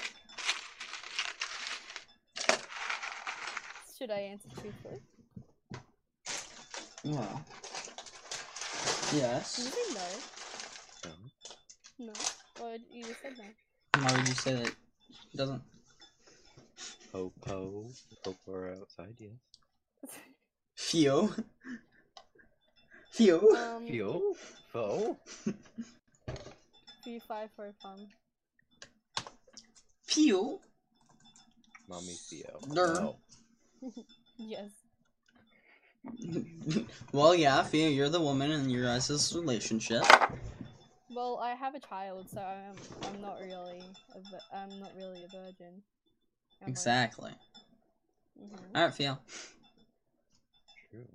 Should I answer truthfully?
Well.
Did you
Yes.
say
No.
no? No. Or you just said no.
Why would you say that? Doesn't.
Ho po. Hope we're outside, yes.
Theo. Theo.
Um,
Feel. Fo.
three, five, four, fun.
Theo.
Mommy Oh, Theo.
Dur.
No.
Yes.
well, yeah, Theo, you're the woman in your guys' relationship.
Well, I have a child, so I'm I'm not really a vi- I'm not really a virgin. am I?
Exactly.
Mhm.
Alright, Theo.
True.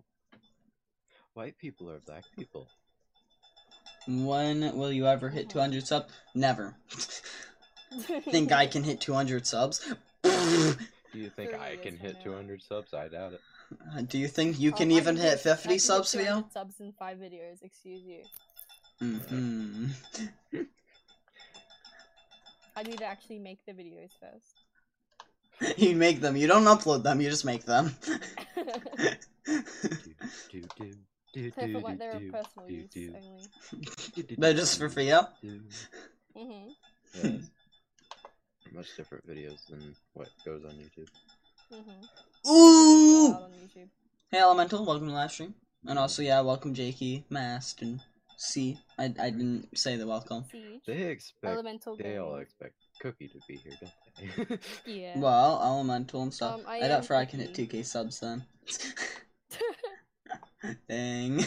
White people are black people.
When will you ever hit 200 subs? Never.
Mm-hmm.
Think I can hit 200 subs? Do
Do you think
Three
I
years
can
from
hit
now.
200 subs? I doubt it.
you think you
Oh,
can
I
even
do-
hit
I can
50
do
subs,
200
Theo?
Subs in five videos. Excuse you.
hmm
I need to actually make the videos first.
You make them. You don't upload them. You just make them.
Do, do, do, do,
so
do,
for like
do,
their own
do,
personal
do,
use
do,
only.
do, do,
They're
do,
just for
do,
Theo.
do.
Mhm.
Yes. much different videos than what goes on YouTube.
Mhm.
Ooh!
Wild on YouTube.
Hey Elemental, welcome to the live stream. And also, yeah, welcome Jakey, Mast, and C. I, I didn't say the welcome.
Siege.
They expect.
Elemental
they all
Gaming.
expect Cookie to be here, don't they?
Yeah.
Well, Elemental and stuff.
Um, I
I,
am
doubt for I can hit 2k
Cookie.
subs then. Dang.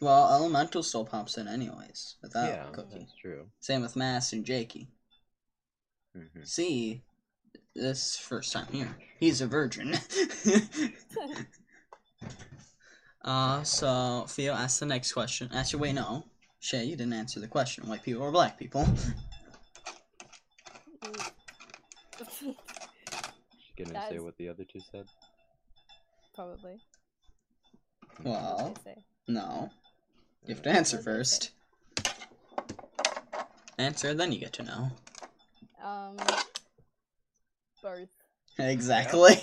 well, Elemental still pops in anyways. Without
yeah,
Oh, Cookie.
that's true.
Same with Mast and Jakey.
hmm
See, this first time here, he's a virgin. uh, so Theo, ask the next question. Actually, wait, no, Shay, you didn't answer the question. White people or black people?
Mm.
Gonna
That
say
is-
what the other two said.
Probably. That's
Well,
what they say.
no, you have to answer first. Answer, then you get to know.
Um. Both.
Exactly.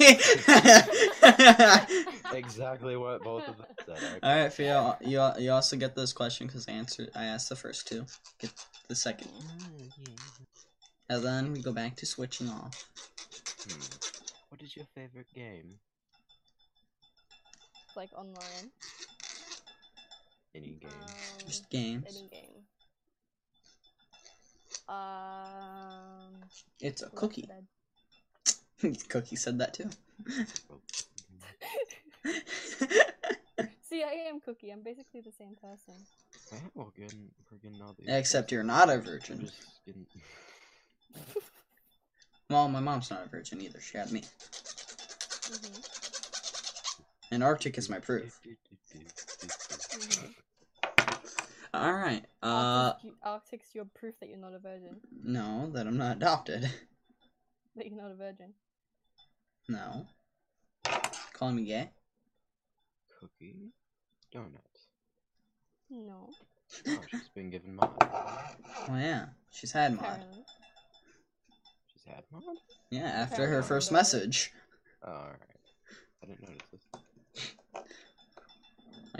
exactly what both of them said.
All right, Theo, you you also get this question because I answered. I asked the first two. Get the second,
Oh,
and then we go back to switching off.
Hmm. What is your favorite game?
Like online.
Any game.
Um,
Just games.
any game. Um.
It's a
what
cookie.
should I-
cookie said that too.
Mm-hmm.
See, I am cookie. I'm basically the same person.
Yeah, we're getting, we're getting all the
Except you're not a
I'm
virgin.
just getting...
Well, my mom's not a virgin either. She had me.
hmm
And Arctic is my proof. All right. Uh,
Arctic's your proof that you're not a virgin.
no, that I'm not adopted.
That you're not a virgin.
No. Calling me gay?
Cookie? Donuts.
No.
Oh, she's been given mod.
Oh yeah, she's had mod.
Apparently.
She's had mod?
Yeah, after her
Apparently.
first message.
Oh, alright. I didn't notice this.
Oh,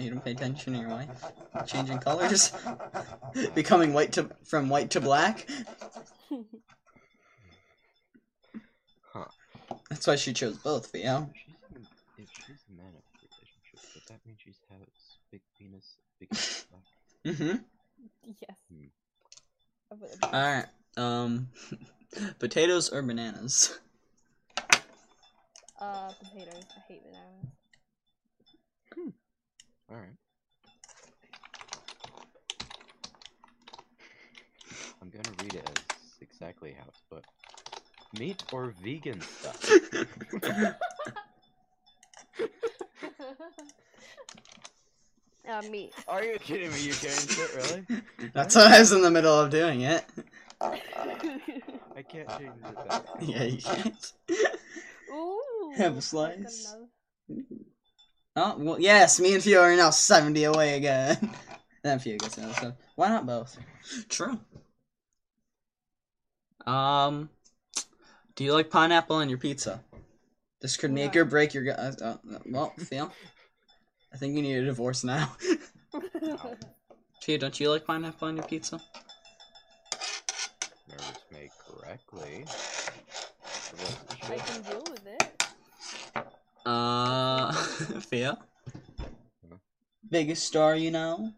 you don't pay attention to your wife changing colors, becoming white to from white to black.
Huh.
That's why she chose both, Theo.
If she's in, if she's in that relationship, would that mean she's has big penis, big cock?
Mm-hmm.
yes.
Hmm.
I would-
All right. Um, potatoes or bananas?
Uh, potatoes. I hate bananas.
Alright. I'm gonna read it as exactly how it's put. Meat or vegan stuff?
uh, meat.
Are you kidding me? You can't do it, really?
That's what I was in the middle of doing it.
I can't change it back.
Yeah, you can't.
Ooh.
Have a
I've got
slice.
another-
Oh well, yes, me and Theo are now seventy away again. then Theo gets another stuff. Why not both? True. Um, do you like pineapple on your pizza? This could make
No.
or break your. gu- Uh, uh, well, Theo, I think you need a divorce now. Theo, don't you like pineapple on your pizza?
Nervous made correctly.
I can deal with it.
Uh, Theo? Biggest star you know?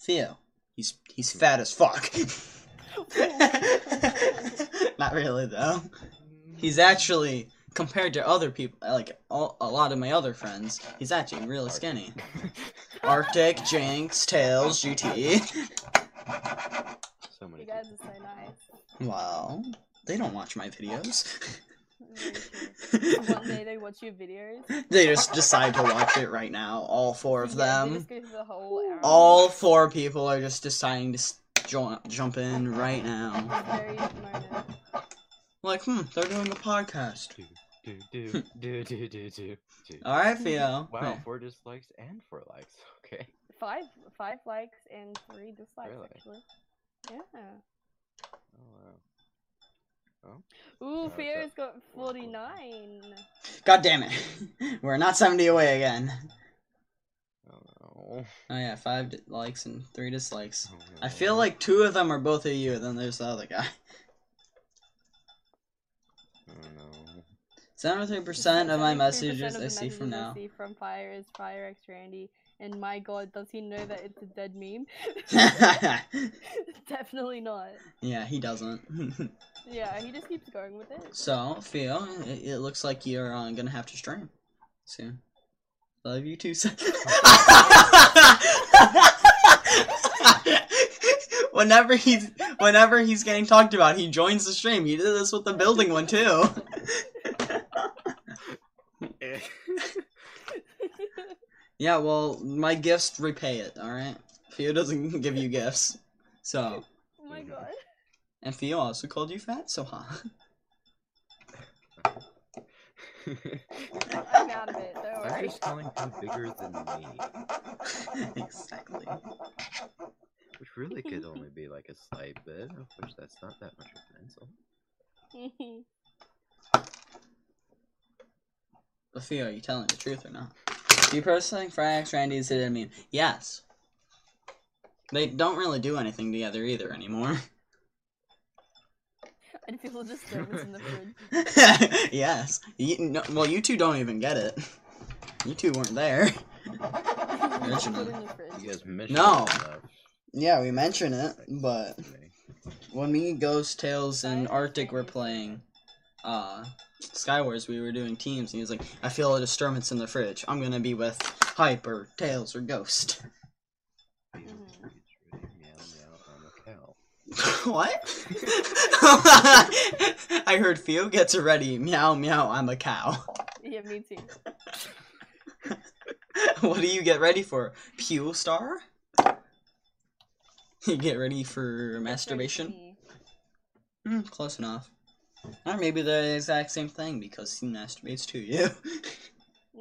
Theo. He's he's fat as fuck. Not really though. He's actually compared to other people, like all, a lot of my other friends, he's actually really skinny. Arctic, Jinx, Tails, E. GT.
So many
You
people.
guys are so nice.
Well, they don't watch my videos.
Really cute. One day they watch your videos.
they just decide to watch it right now, all four of
Yeah,
them.
They just go through the whole hour.
All four people are just deciding to s- jo- jump in right now.
At the very moment.
Like, hmm, they're doing a podcast.
Do, do, do, do, do, do, do, do.
All right, Theo.
Wow, four dislikes and four likes. Okay.
Five, five likes and three dislikes
Really?
actually. Yeah.
Oh, wow.
Ooh,
it's
Theo's
a-
got forty-nine.
God damn it. We're not 70 away again.
Oh, no. Oh.
Oh yeah, five di- likes and three dislikes.
oh,
I feel like two of them are both of you, and then there's the other guy.
no. Oh, no.
Seventy-three percent of my
73%
messages
of
I
the
see from
messages I
now.
see from Fire is Fire X Randy, and my God, does he know that it's a dead meme? Definitely not.
yeah, he doesn't.
Yeah, he just keeps going with it.
so, Theo, it, it looks like you're uh, gonna have to stream soon. Love you too. son. whenever he's whenever he's getting talked about, he joins the stream. He did this with the building one too. Yeah, well, my gifts repay it, alright? Theo doesn't give you gifts. So,
Oh my God.
and Theo also called you fat, so huh?
I'm out of it. Don't
I'm
worry.
just calling him bigger than me,
exactly.
which really could only be like a slight bit, of which that's not that much offensive.
But Theo, are you telling the truth or not? Do you personally think Frax Randy is a dead meme? Yes. They don't really do anything together either anymore.
and people just throw this in the fridge.
yes. You, no, well, you two don't even get it. You two weren't there.
Just
Original.
put in the fridge.
You guys mentioned
No.
that enough.
Yeah, we mention it, but
to me.
when me, Ghost, Tails, and
Fire
Arctic were
Randy's-
playing uh, Skywars, we were doing teams, and he was like, I feel a disturbance in the fridge. I'm gonna be with Hype or Tails or Ghost.
Meow, meow,
Mhm.
meow, I'm a cow.
what? I heard Theo gets ready. Meow, meow, I'm a cow.
Yeah, me too.
what do you get ready for? Pew Star? You get ready for masturbation?
Crazy.
Hmm, close enough. Or maybe the exact same thing because he masturbates to you.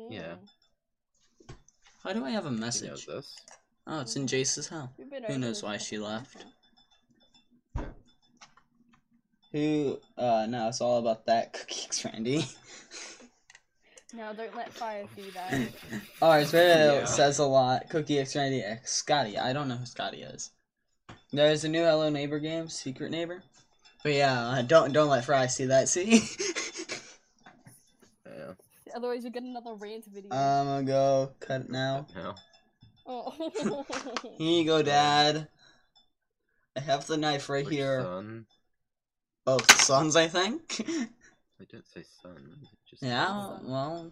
Yeah.
Mm.
Why do I have a
You know
message?
this?
Oh, it's in Jace's house.
We've been
Who
over
knows
this
why
for
she
some
left?
time.
Who? Uh, no, it's all about that cookies, Randy.
No, don't let Fire see that.
Alright, Twitter
Yeah.
Oh, says a lot. Cookie X Randy X Scotty. I don't know who Scotty is. There's a new Hello Neighbor game, Secret Neighbor. But yeah, uh, don't don't let Fry see that. See,
Yeah.
Otherwise, we get another rant video.
I'ma go cut it now.
No.
oh.
Here you go, Dad. I have the knife right
Which
here.
Son?
Both sons, I think.
I didn't say son. I Just said
yeah,
son.
well,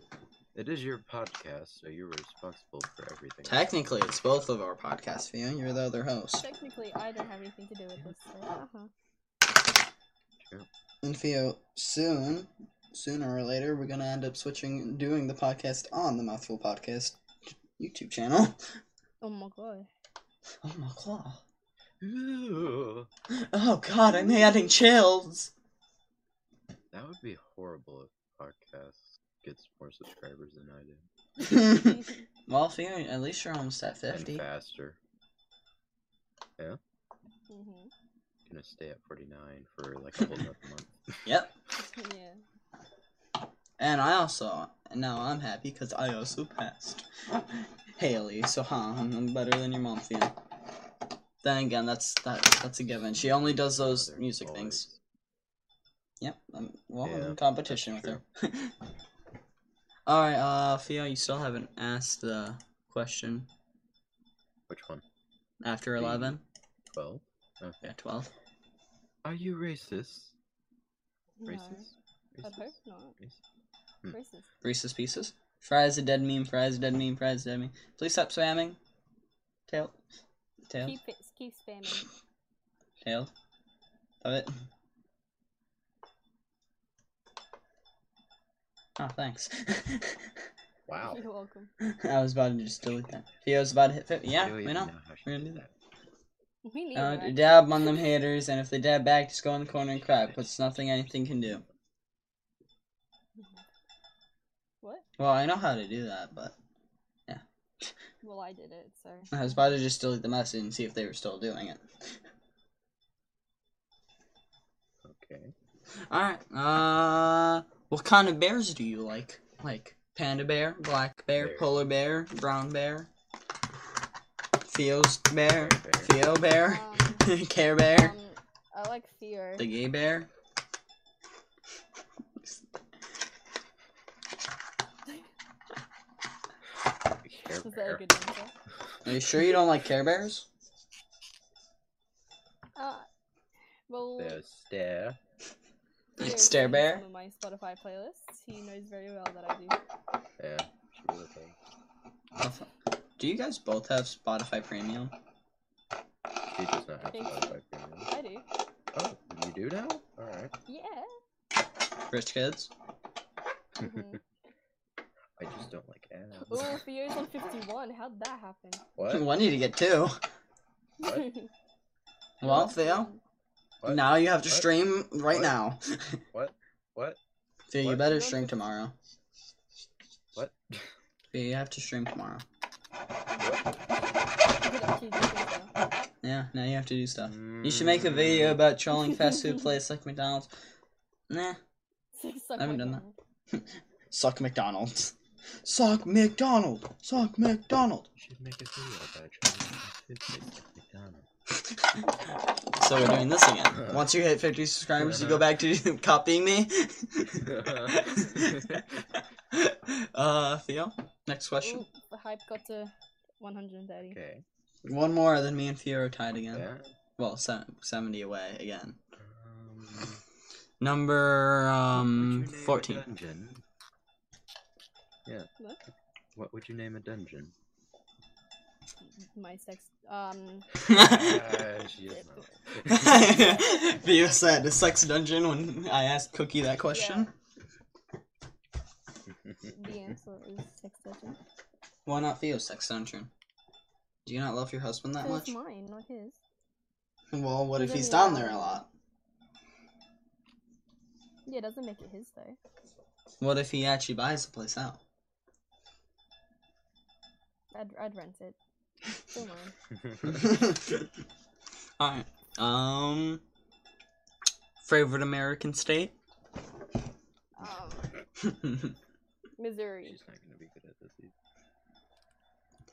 It is your podcast, so you're responsible for everything.
technically, it's both of our podcasts, Fiona. You're the other host.
Technically, I don't have anything to do with this. So, uh-huh.
And Theo, soon, sooner or later, we're gonna end up switching, doing the podcast on the Mouthful Podcast YouTube channel.
Oh my god.
Oh my god!
Ooh,
Oh god, I'm getting chills.
that would be horrible if podcast gets more subscribers than I do.
well, Theo, at least you're almost at
And
fifty.
faster.
Mhm.
Gonna stay at 49 for like a whole nother month.
Yep.
Yeah.
And I also, and now I'm happy because I also passed Haley. So huh, I'm I'm better than your mom, Theo. Then again, that's that. That's a given. She only does those
Mother
music
always.
things. Yep. Um, well, I'm
Yeah,
in competition with
that's
her. All right, uh, Theo, you still haven't asked the question
Which one?
after
Me.
eleven.
12?
Yeah, twelve.
Are you racist?
No,
Racist?
I'd hope
Racist?
not.
Racist? Hmm.
Racist.
Reese's Pieces. Fry's a dead meme. Fry's a dead meme. Fry's a dead meme. Please stop spamming. Tail. Tail.
Keep it. Keep spamming.
Tail. Love it. Oh, thanks.
Wow.
You're welcome.
I was about to just delete that. Theo's about to hit 50. Yeah,
You
we
even
know.
how she
We're gonna
did
do
We need
Uh,
that.
dab on them haters, and if they dab back, just go in the corner and cry. It's nothing anything can do.
What?
Well, I know how to do that, but
Well, I did it, so.
I was about to just delete the message and see if they were still doing it.
Okay.
Alright, uh, what kind of bears do you like? Like panda bear, black bear,
Bear.
polar bear, brown bear? Theo's bear,
Bear.
Theo bear,
Um,
Care
Um,
bear,
I like Theo.
the gay bear.
Care
Is that a
Bear.
good answer?
Are you sure you don't like Care Bears?
Uh, well,
The stare.
Theo is
Stare
in
bear.
Some of my Spotify playlists. He knows very well that I do.
Yeah, she was a thing.
Do you guys both have Spotify Premium?
She does not have
Thank you.
Spotify Premium.
I do.
Oh, you do now? Alright.
Yeah.
Rich kids?
Mhm.
I just don't like ads.
oh, Theo's on 51. How'd that happen?
What?
One need to get two.
What?
Well, Theo,
What?
now you have to
What?
stream right
What?
now.
What? What?
Theo, you
What?
better stream tomorrow.
What?
Theo, you have to stream tomorrow.
Good at cheating, Theo.
Yeah, now you have to do stuff. You should make a
Mm.
video about trolling fast food places like McDonald's. Nah,
Suck
I haven't
my
done that.
dick.
suck McDonald's. Suck McDonald. Suck McDonald.
You should make a video about trying to fit this at McDonald's.
So we're doing this
Uh.
again. Once you hit 50 subscribers,
Uh-huh.
you go back to copying me. uh, Theo, next question.
Ooh, the hype got to 130.
Okay.
One more, then me and Theo are tied again.
Yeah.
Well, se- 70 away again.
Um,
Number
Would
um
you name a
14.
dungeon?
Look,
What would you name a dungeon?
my sex. Um,
Uh, she does not.
Theo said a sex dungeon when I asked Cookie that question.
the answer is sex dungeon.
Why not Theo's sex dungeon? Do you not love your husband that
So
much?
it's mine, not his.
Well, what if
Doesn't
he's
he
down
love
there a
you?
lot?
Yeah, it doesn't make it his though.
What if he actually buys the place out?
I'd, I'd rent it. Still mine.
Alright. Um. Favorite American state?
Um,
Makes
Missouri.
She's not gonna be good at this either.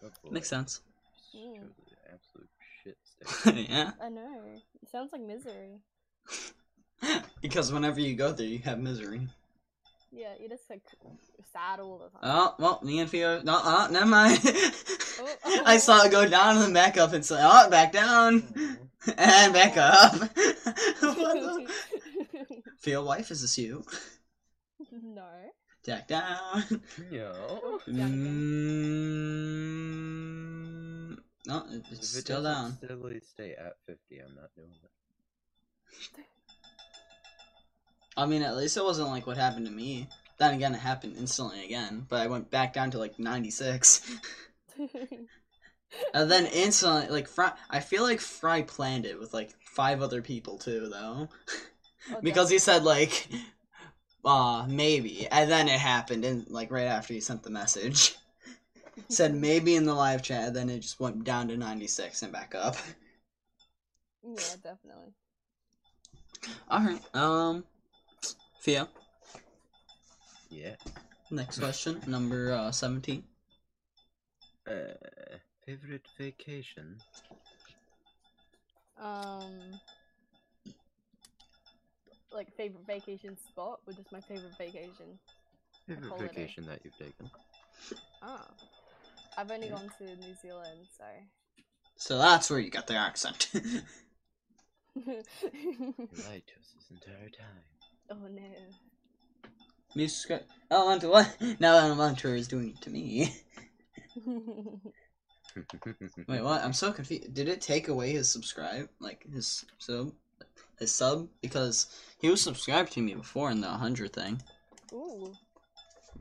Oh, boy.
sense.
She
Mm.
chose an absolute shit stick.
yeah.
I know. It sounds like misery.
Because whenever you go there, you have misery.
Yeah, you're just like sad all the time.
Oh, well, me and Theo. No, oh, never mind.
Oh,
I saw it go down and then back up and say, oh, back down. And back up. what
oh.
the? Theo, wife, is this you?
no.
Back down.
No.
Duncan.
Mm, no, it-
If
it's
it
still
doesn't
down.
Steadily stay at fifty. I'm not doing it.
I mean, at least it wasn't like what happened to me. Then again, it happened instantly again, but I went back down to like 96. and then instantly, like, Fry, I feel like Fry planned it with like five other people too, though.
Oh,
because he said, like, uh, maybe. And then it happened, and like right after he sent the message. said maybe in the live chat, and then it just went down to 96 and back up.
Duncan. Yeah, definitely.
Alright, um, Theo,
Yeah.
next question, number uh, 17.
Uh, favorite vacation?
Um, like favorite vacation spot, or just my favorite vacation.
Favorite
holiday.
vacation that you've taken?
Ah, I've only
Yeah.
gone to New Zealand, so.
So that's where you got the accent.
You lied to us this entire time.
oh no.
Miss Scott, elementary, what? Now elementary is doing it to me. Wait, what? I'm so confused. Did it take away his subscribe, like his sub, his sub? Because he was subscribed to me before in the 100 thing.
Ooh.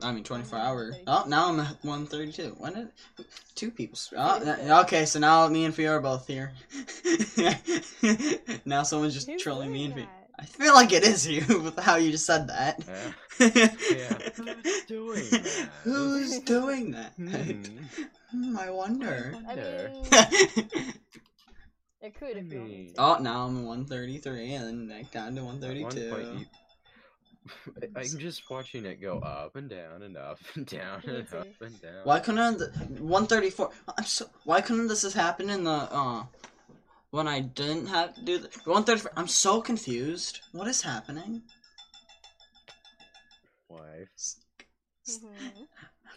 I mean, 24
Mhm,
hour.
132.
Oh, now I'm at 132. When did two people? s- Oh, na- okay, so now me and Fee are both here. now someone's just
Who's
trolling me and
doing
Fee. I feel like it is you with how you just said that.
Uh, yeah. Who's doing that?
Who's doing that?
Hmm.
Hmm, I wonder.
I
Wonder.
mean, it
Ah.
could if you want me
Hmm.
to.
oh, now I'm 133 and then back down to
At one point
132.
you- I- I'm just watching it go up and down and up and down
Me
and up
too.
and down.
Why couldn't th- 134? I'm so. Why couldn't this has happened in the uh when I didn't have to do the 134? I'm so confused. What is happening?
Why?
Mhm.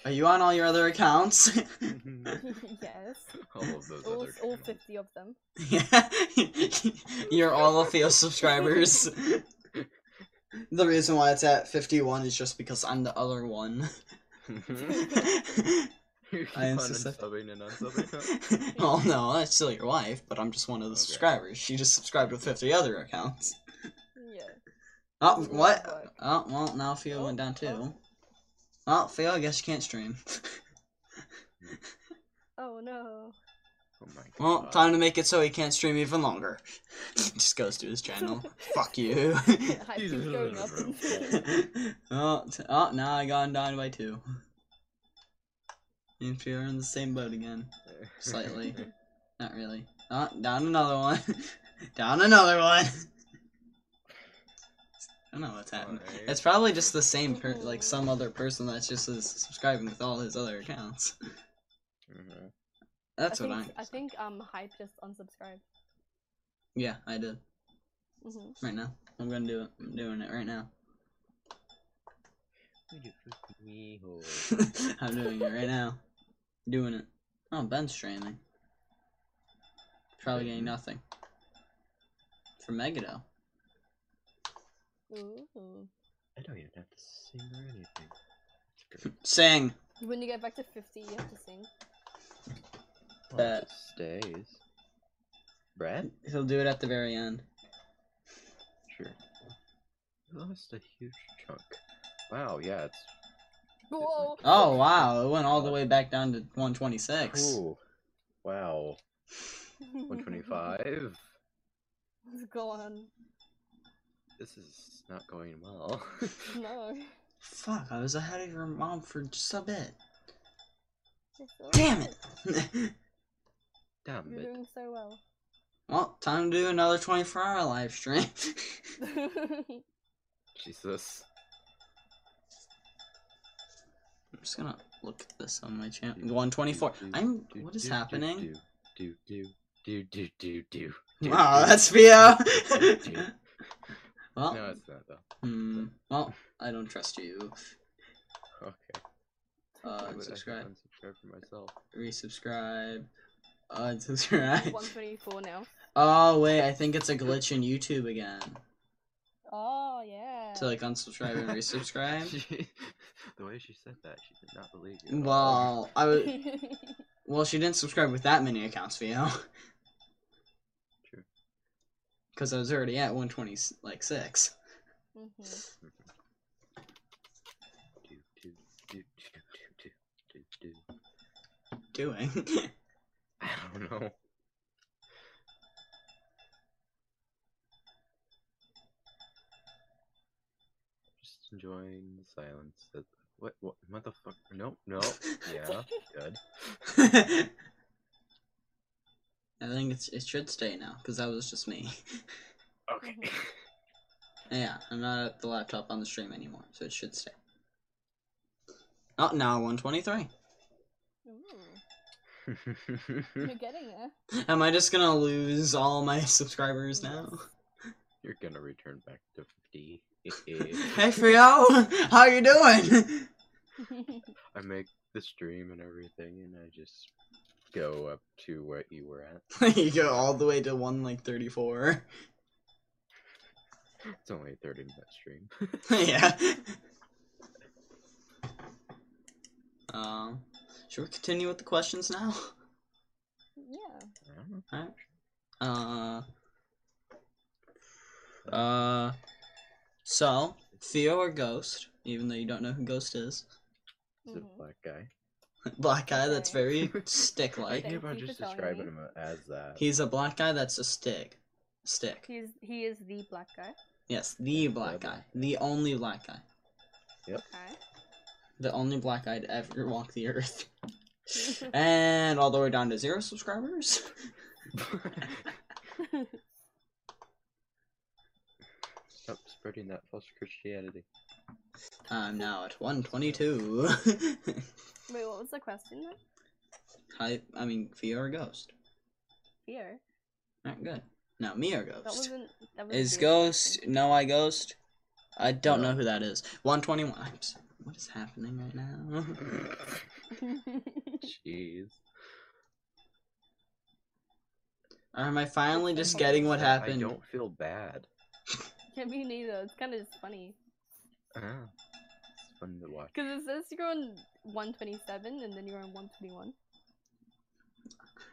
Are you on all your other accounts?
yes.
all of those
All,
other
all
channels.
50 of them.
yeah, you're all of Theo's subscribers. the reason why it's at 51 is just because I'm the other one.
You keep
I am so
on
sorry.
unsubbing and unsubbing.
oh no, that's still your wife, but I'm just one of the
Okay.
subscribers. She just subscribed with 50 other accounts.
Yeah.
Oh,
Yeah,
what?
but-
Oh, well, now Theo went down too. Oh, Theo, I guess you can't stream.
Oh no.
Oh my god.
Well, time to make it so he can't stream even longer. just goes to his channel. Fuck you.
I keep going up and
oh, t- oh, now I got down by two. And Theo are in the same boat again. Slightly. Not really. Oh, down another one. down another one. I don't know what's happening.
Alright.
It's probably just the same, per- like some other person that's just is subscribing with all his other accounts.
Mhm.
That's
I
what
think,
I'm.
I think um hype just unsubscribed.
Yeah, I did
hmm
right now. I'm gonna do it. I'm doing it right now. I'm doing it right now. Doing it. Oh, Ben's streaming. Probably getting nothing for Megado.
Ooh.
I don't even have to sing or anything. It's great.
Sing.
When you get back to 50, you have to sing.
Well,
That-
it stays. Brad?
He'll do it at the very end.
Sure. You lost a huge chunk. Wow, yeah, it's
Whoa.
Oh wow! It went all the way back down to 126.
cool. Wow. 125?
It's gone.
this is not going well.
No.
Fuck! I was ahead of your mom for just a bit.
It's all
Damn
right.
it!
Damn
You're
it.
doing so well.
well, time to do another 24-hour live stream.
Jesus.
I'm just gonna look at this on my channel. 124. I'm. What is happening?
Do, do, do, do, do, do. do,
Wow,
do.
that's Theo.
No,
well,
it's not, though.
hmm, well, I don't trust you.
Okay.
Uh,
Why would I
subscribe,
unsubscribe for myself.
resubscribe, unsubscribe.
124 now.
Oh wait, I think it's a glitch in YouTube again.
Oh yeah.
To like unsubscribe and resubscribe.
She- the way she said that, she did not believe you. at all.
Well, I w- well she didn't subscribe with that many accounts, Theo.
True.
Because I was already at 120 s- like six.
Mhm.
Do, do, do, do, do, do, do, do.
Doing.
I don't know. Just enjoying the silence. That, what, what, motherfucker? No, no. Yeah, good.
I think it's it should stay now because that was just me.
Okay.
Yeah, I'm not at the laptop on the stream anymore, so it should stay. Oh, now 123.
Ooh, You're getting there.
Am I just gonna lose all my subscribers now?
You're gonna return back to 50.
Hey, Frio, how you doing?
I make the stream and everything, and I just go up to what you were at.
you go all the way to one like 34.
It's only a 30 minute stream.
yeah. Um, should we continue with the questions now?
yeah.
I don't know.
Alright. Uh. Uh. So, Theo or Ghost, even though you don't know who Ghost is.
Is it
Mhm.
a black guy?
Black guy that's
Okay.
very stick
I
like.
Thank
keep on
you for
just
telling
describing
me.
him as that.
He's a black guy that's a stick. Stick.
He's he is the black guy.
Yes, the black guy. The only black guy.
Okay.
The only black guy to ever walk the earth. and all the way down to zero subscribers.
Stop spreading that false Christianity.
I'm now at 122.
Wait, what was the question then?
Hi, I mean, Fia or Ghost?
Fear.
Not good. No, me or Ghost?
That wasn't. That was
Is
Fear's
Ghost
question.
No I Ghost? I don't
No.
know who that is. 121. I'm s- What is happening right now?
Jeez.
or am I finally just
Oh,
getting what
I- I
happened?
don't feel bad.
yeah, me neither. It's kind of just funny
Ah, it's fun to watch.
because it says you're on 127 and then you're on 121.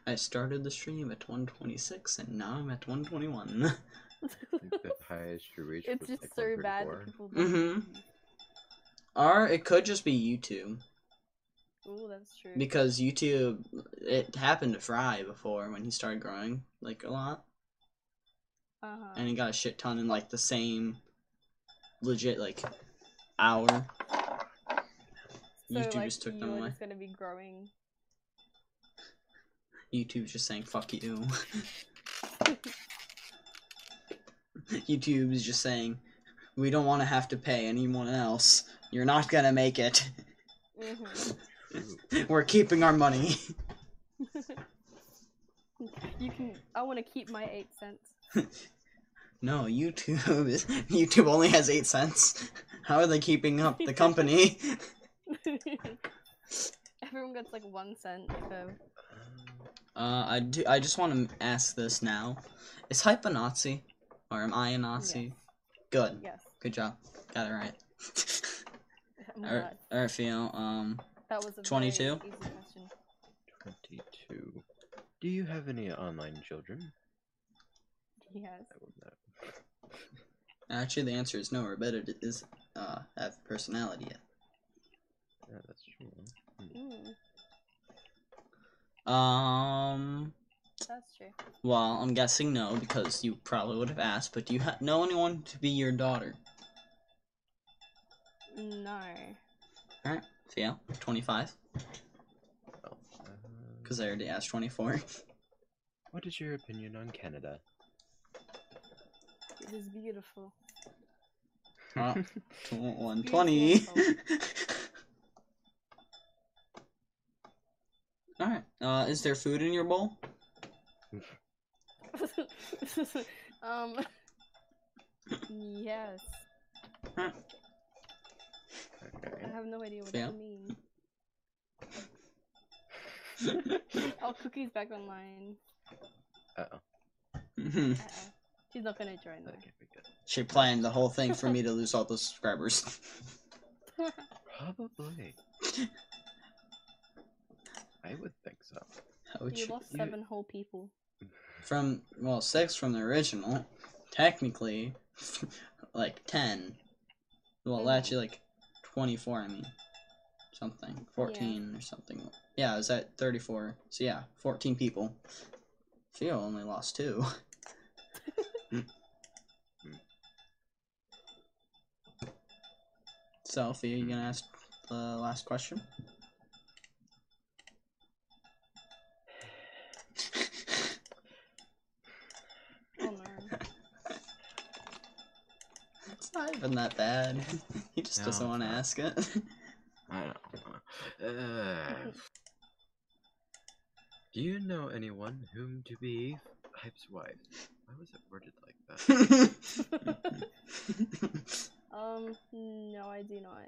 I started the stream at 126 and now I'm at 121.
I think the highest you reach
it's
was
just
like
so bad
134.
that people.
Mhm. or it could just be YouTube.
Oh, that's true.
Because YouTube, it happened to Fry before when he started growing, like a lot.
uh-huh.
And he got a shit ton in like the same legit, like, hour.
so,
YouTube
like,
just took them
you're
away.
just gonna be growing.
YouTube's just saying fuck you. YouTube's just saying, we don't want to have to pay anyone else. You're not gonna make it.
Mhm.
We're keeping our money.
you can. I want to keep my eight cents.
No, YouTube is YouTube only has eight cents. How are they keeping up the company?
Everyone gets like one cent. So
Uh, I do. I just want to ask this now: Is hype a Nazi, or am I a Nazi? Good.
yes,
Good job. Got it right.
Oh my
all right,
God.
all right, Theo. Um,
that was a very
22?
easy question.
22. Um, Do you have any online children?
Yes.
I will not.
actually, the answer is no. Rebetta d- is uh have personality yet.
Yeah, that's true.
Mm,
Um,
that's true.
well, I'm guessing no because you probably would have asked. But do you ha- know anyone to be your daughter?
No.
All right, Theo, twenty-five.
Well, uh,
Because I already asked twenty-four.
what is your opinion on Canada?
It is beautiful.
Uh, tw- One twenty. All right. Uh, is there food in your bowl?
um. Yes. I
Okay.
have no idea what
Yeah.
you mean. Oh, Cookie's back online.
Uh-oh.
Mhm.
Uh-oh. She's not gonna
That
join though.
can't be good.
she planned the whole thing for me to lose all the subscribers.
Probably. I would think so.
How would
you
she-
lost
you-
seven whole people.
From well, six from the original. Technically, like ten. Well,
Mhm.
actually, like twenty-four. I mean, something fourteen or something. Yeah, I was at thirty-four. So yeah, fourteen people. Theo only lost two. So, Theo, you gonna ask the last question?
Oh no.
It's not even that bad. He just
No,
doesn't
it's
want to
not.
ask it.
I don't know. Uh, do you know anyone whom to be Hype's wife? Why was it worded like that?
Um. No, I do not.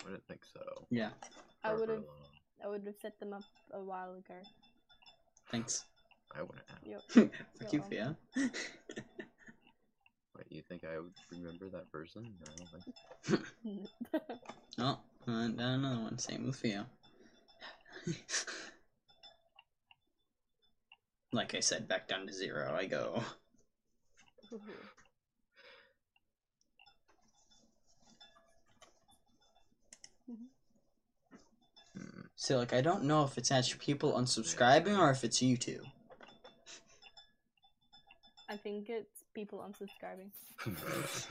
I wouldn't think so.
yeah,
I
Forever
would have.
alone.
I would have set them up a while ago.
thanks.
I wouldn't have.
Yep.
Fuck you, Theo.
Wait, you think I would remember that person? No, I don't think
Oh, I got another one. Same with Theo. like I said, back down to zero I go.
Hmm.
So, like, I don't know if it's actually people unsubscribing or if it's YouTube.
I think it's people unsubscribing.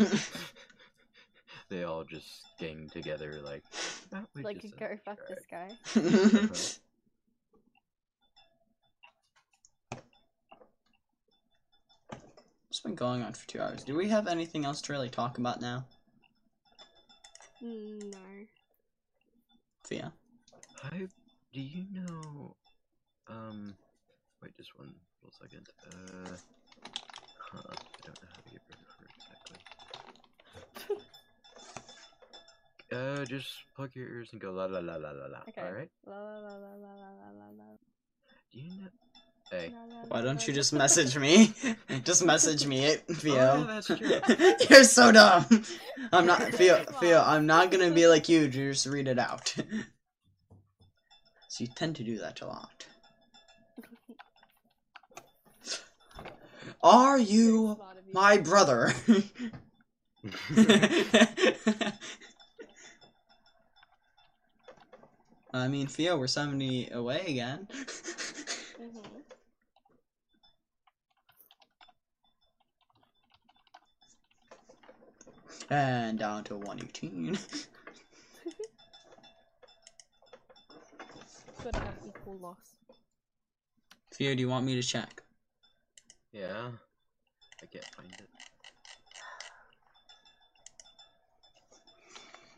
they all just gang together like "That we
like,
just
go fuck this
unsubscribed."
guy.
been going on for two hours. Do we have anything else to really talk about now,
No.
Thea?
I do you know? Um, wait, just one little second. Uh, huh, I don't know how to get rid of her exactly. Uh, just plug your ears and go la la la la la la.
Okay.
All right.
La la la la la la la la la.
Do you know? Hey.
la, la,
Why
la,
don't
la,
you
la.
just message me? just message me it, Theo.
Oh, yeah, that's true.
You're so dumb. I'm not Theo.
Wow.
Theo, I'm not gonna be like you. Just read it out. so you tend to do that a lot. Are
Very
you
smart of you.
my brother? I mean, Theo, we're 70 away again.
Mhm.
and down to 118.
Good to have equal loss.
Theo, do you want me to check?
yeah. I can't find it.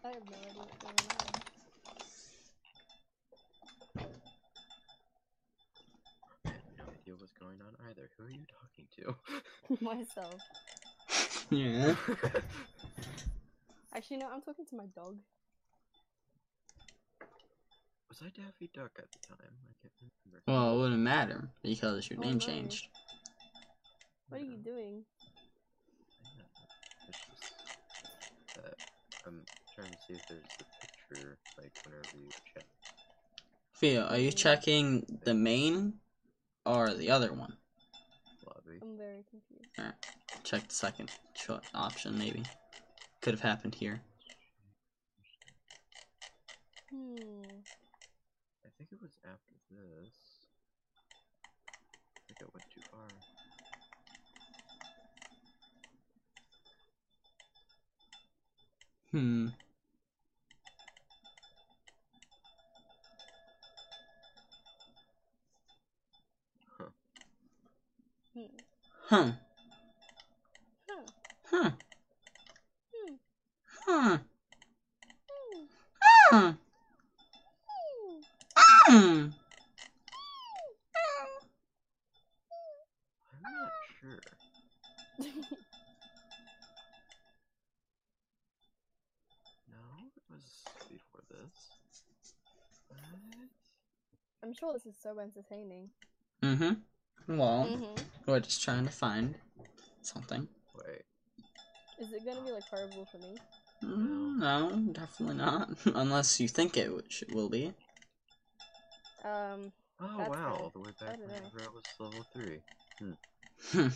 I have no idea what's going on.
I have no idea what's going on either. Who are you talking to?
Myself.
Yeah.
Actually, no, I'm talking to my dog.
Was I Daffy Duck at the time? I can't remember.
Well, it wouldn't matter because your
Oh,
name
no.
changed.
What are you doing?
Yeah, It's just that I'm trying to see if there's a picture, like whenever you check.
Theo, are you checking the main or the other one?
Lobby.
I'm very confused.
Check the second cho- option, maybe. Could have happened here.
Hmm.
I think it was after this. I think I went too far.
Hmm.
Hmm.
Huh.
Huh.
Huh.
Hmm.
Huh.
Hmm.
Huh.
Hmm.
Hmm.
I'm not sure.
Hmm.
No, it was before this. What?
I'm sure this is so entertaining.
Mm-hmm. Well,
hmm
we're just trying to find something.
Wait.
Is it gonna be like horrible for me?
Mm, no, definitely not. Unless you think it which will be.
Um,
Oh
That's
wow!
good.
All the way back
don't know.
whenever I was level three.
Hmm.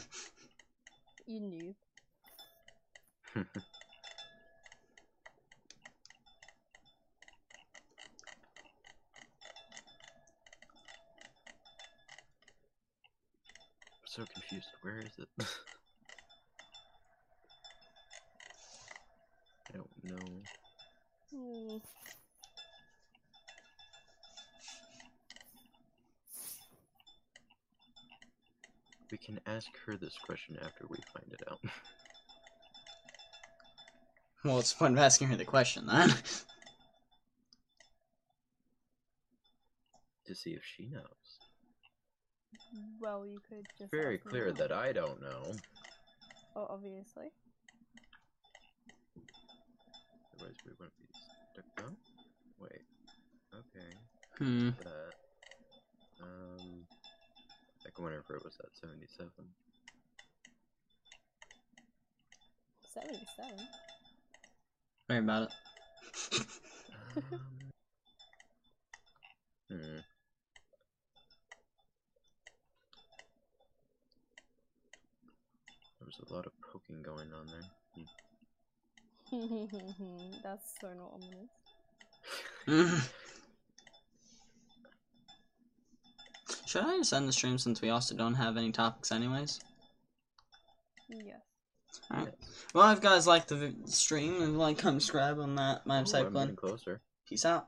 you knew.
I'm so confused. Where is it? I don't know.
Hmm.
We can ask her this question after we find it out.
well, what's the point of asking her the question then?
to see if she knows.
Well, you could just.
Very
ask me
clear
now.
that I don't know.
Oh, obviously.
Otherwise, we wouldn't be stuck. Oh, wait. Okay.
hmm.
That. Um. Like whenever it was at seventy-seven.
Seventy-seven.
Worry about it.
Um, hmm. There was a lot of poking going on there.
That's so not ominous.
Mm. Should I just end the stream since we also don't have any topics, anyways?
Yes.
Alright. Well, if you guys like the vi- stream, then like, come subscribe on that. My
Ooh,
website,
I'm
Glenn.
getting closer.
Peace out.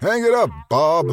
Hang it up, Bob.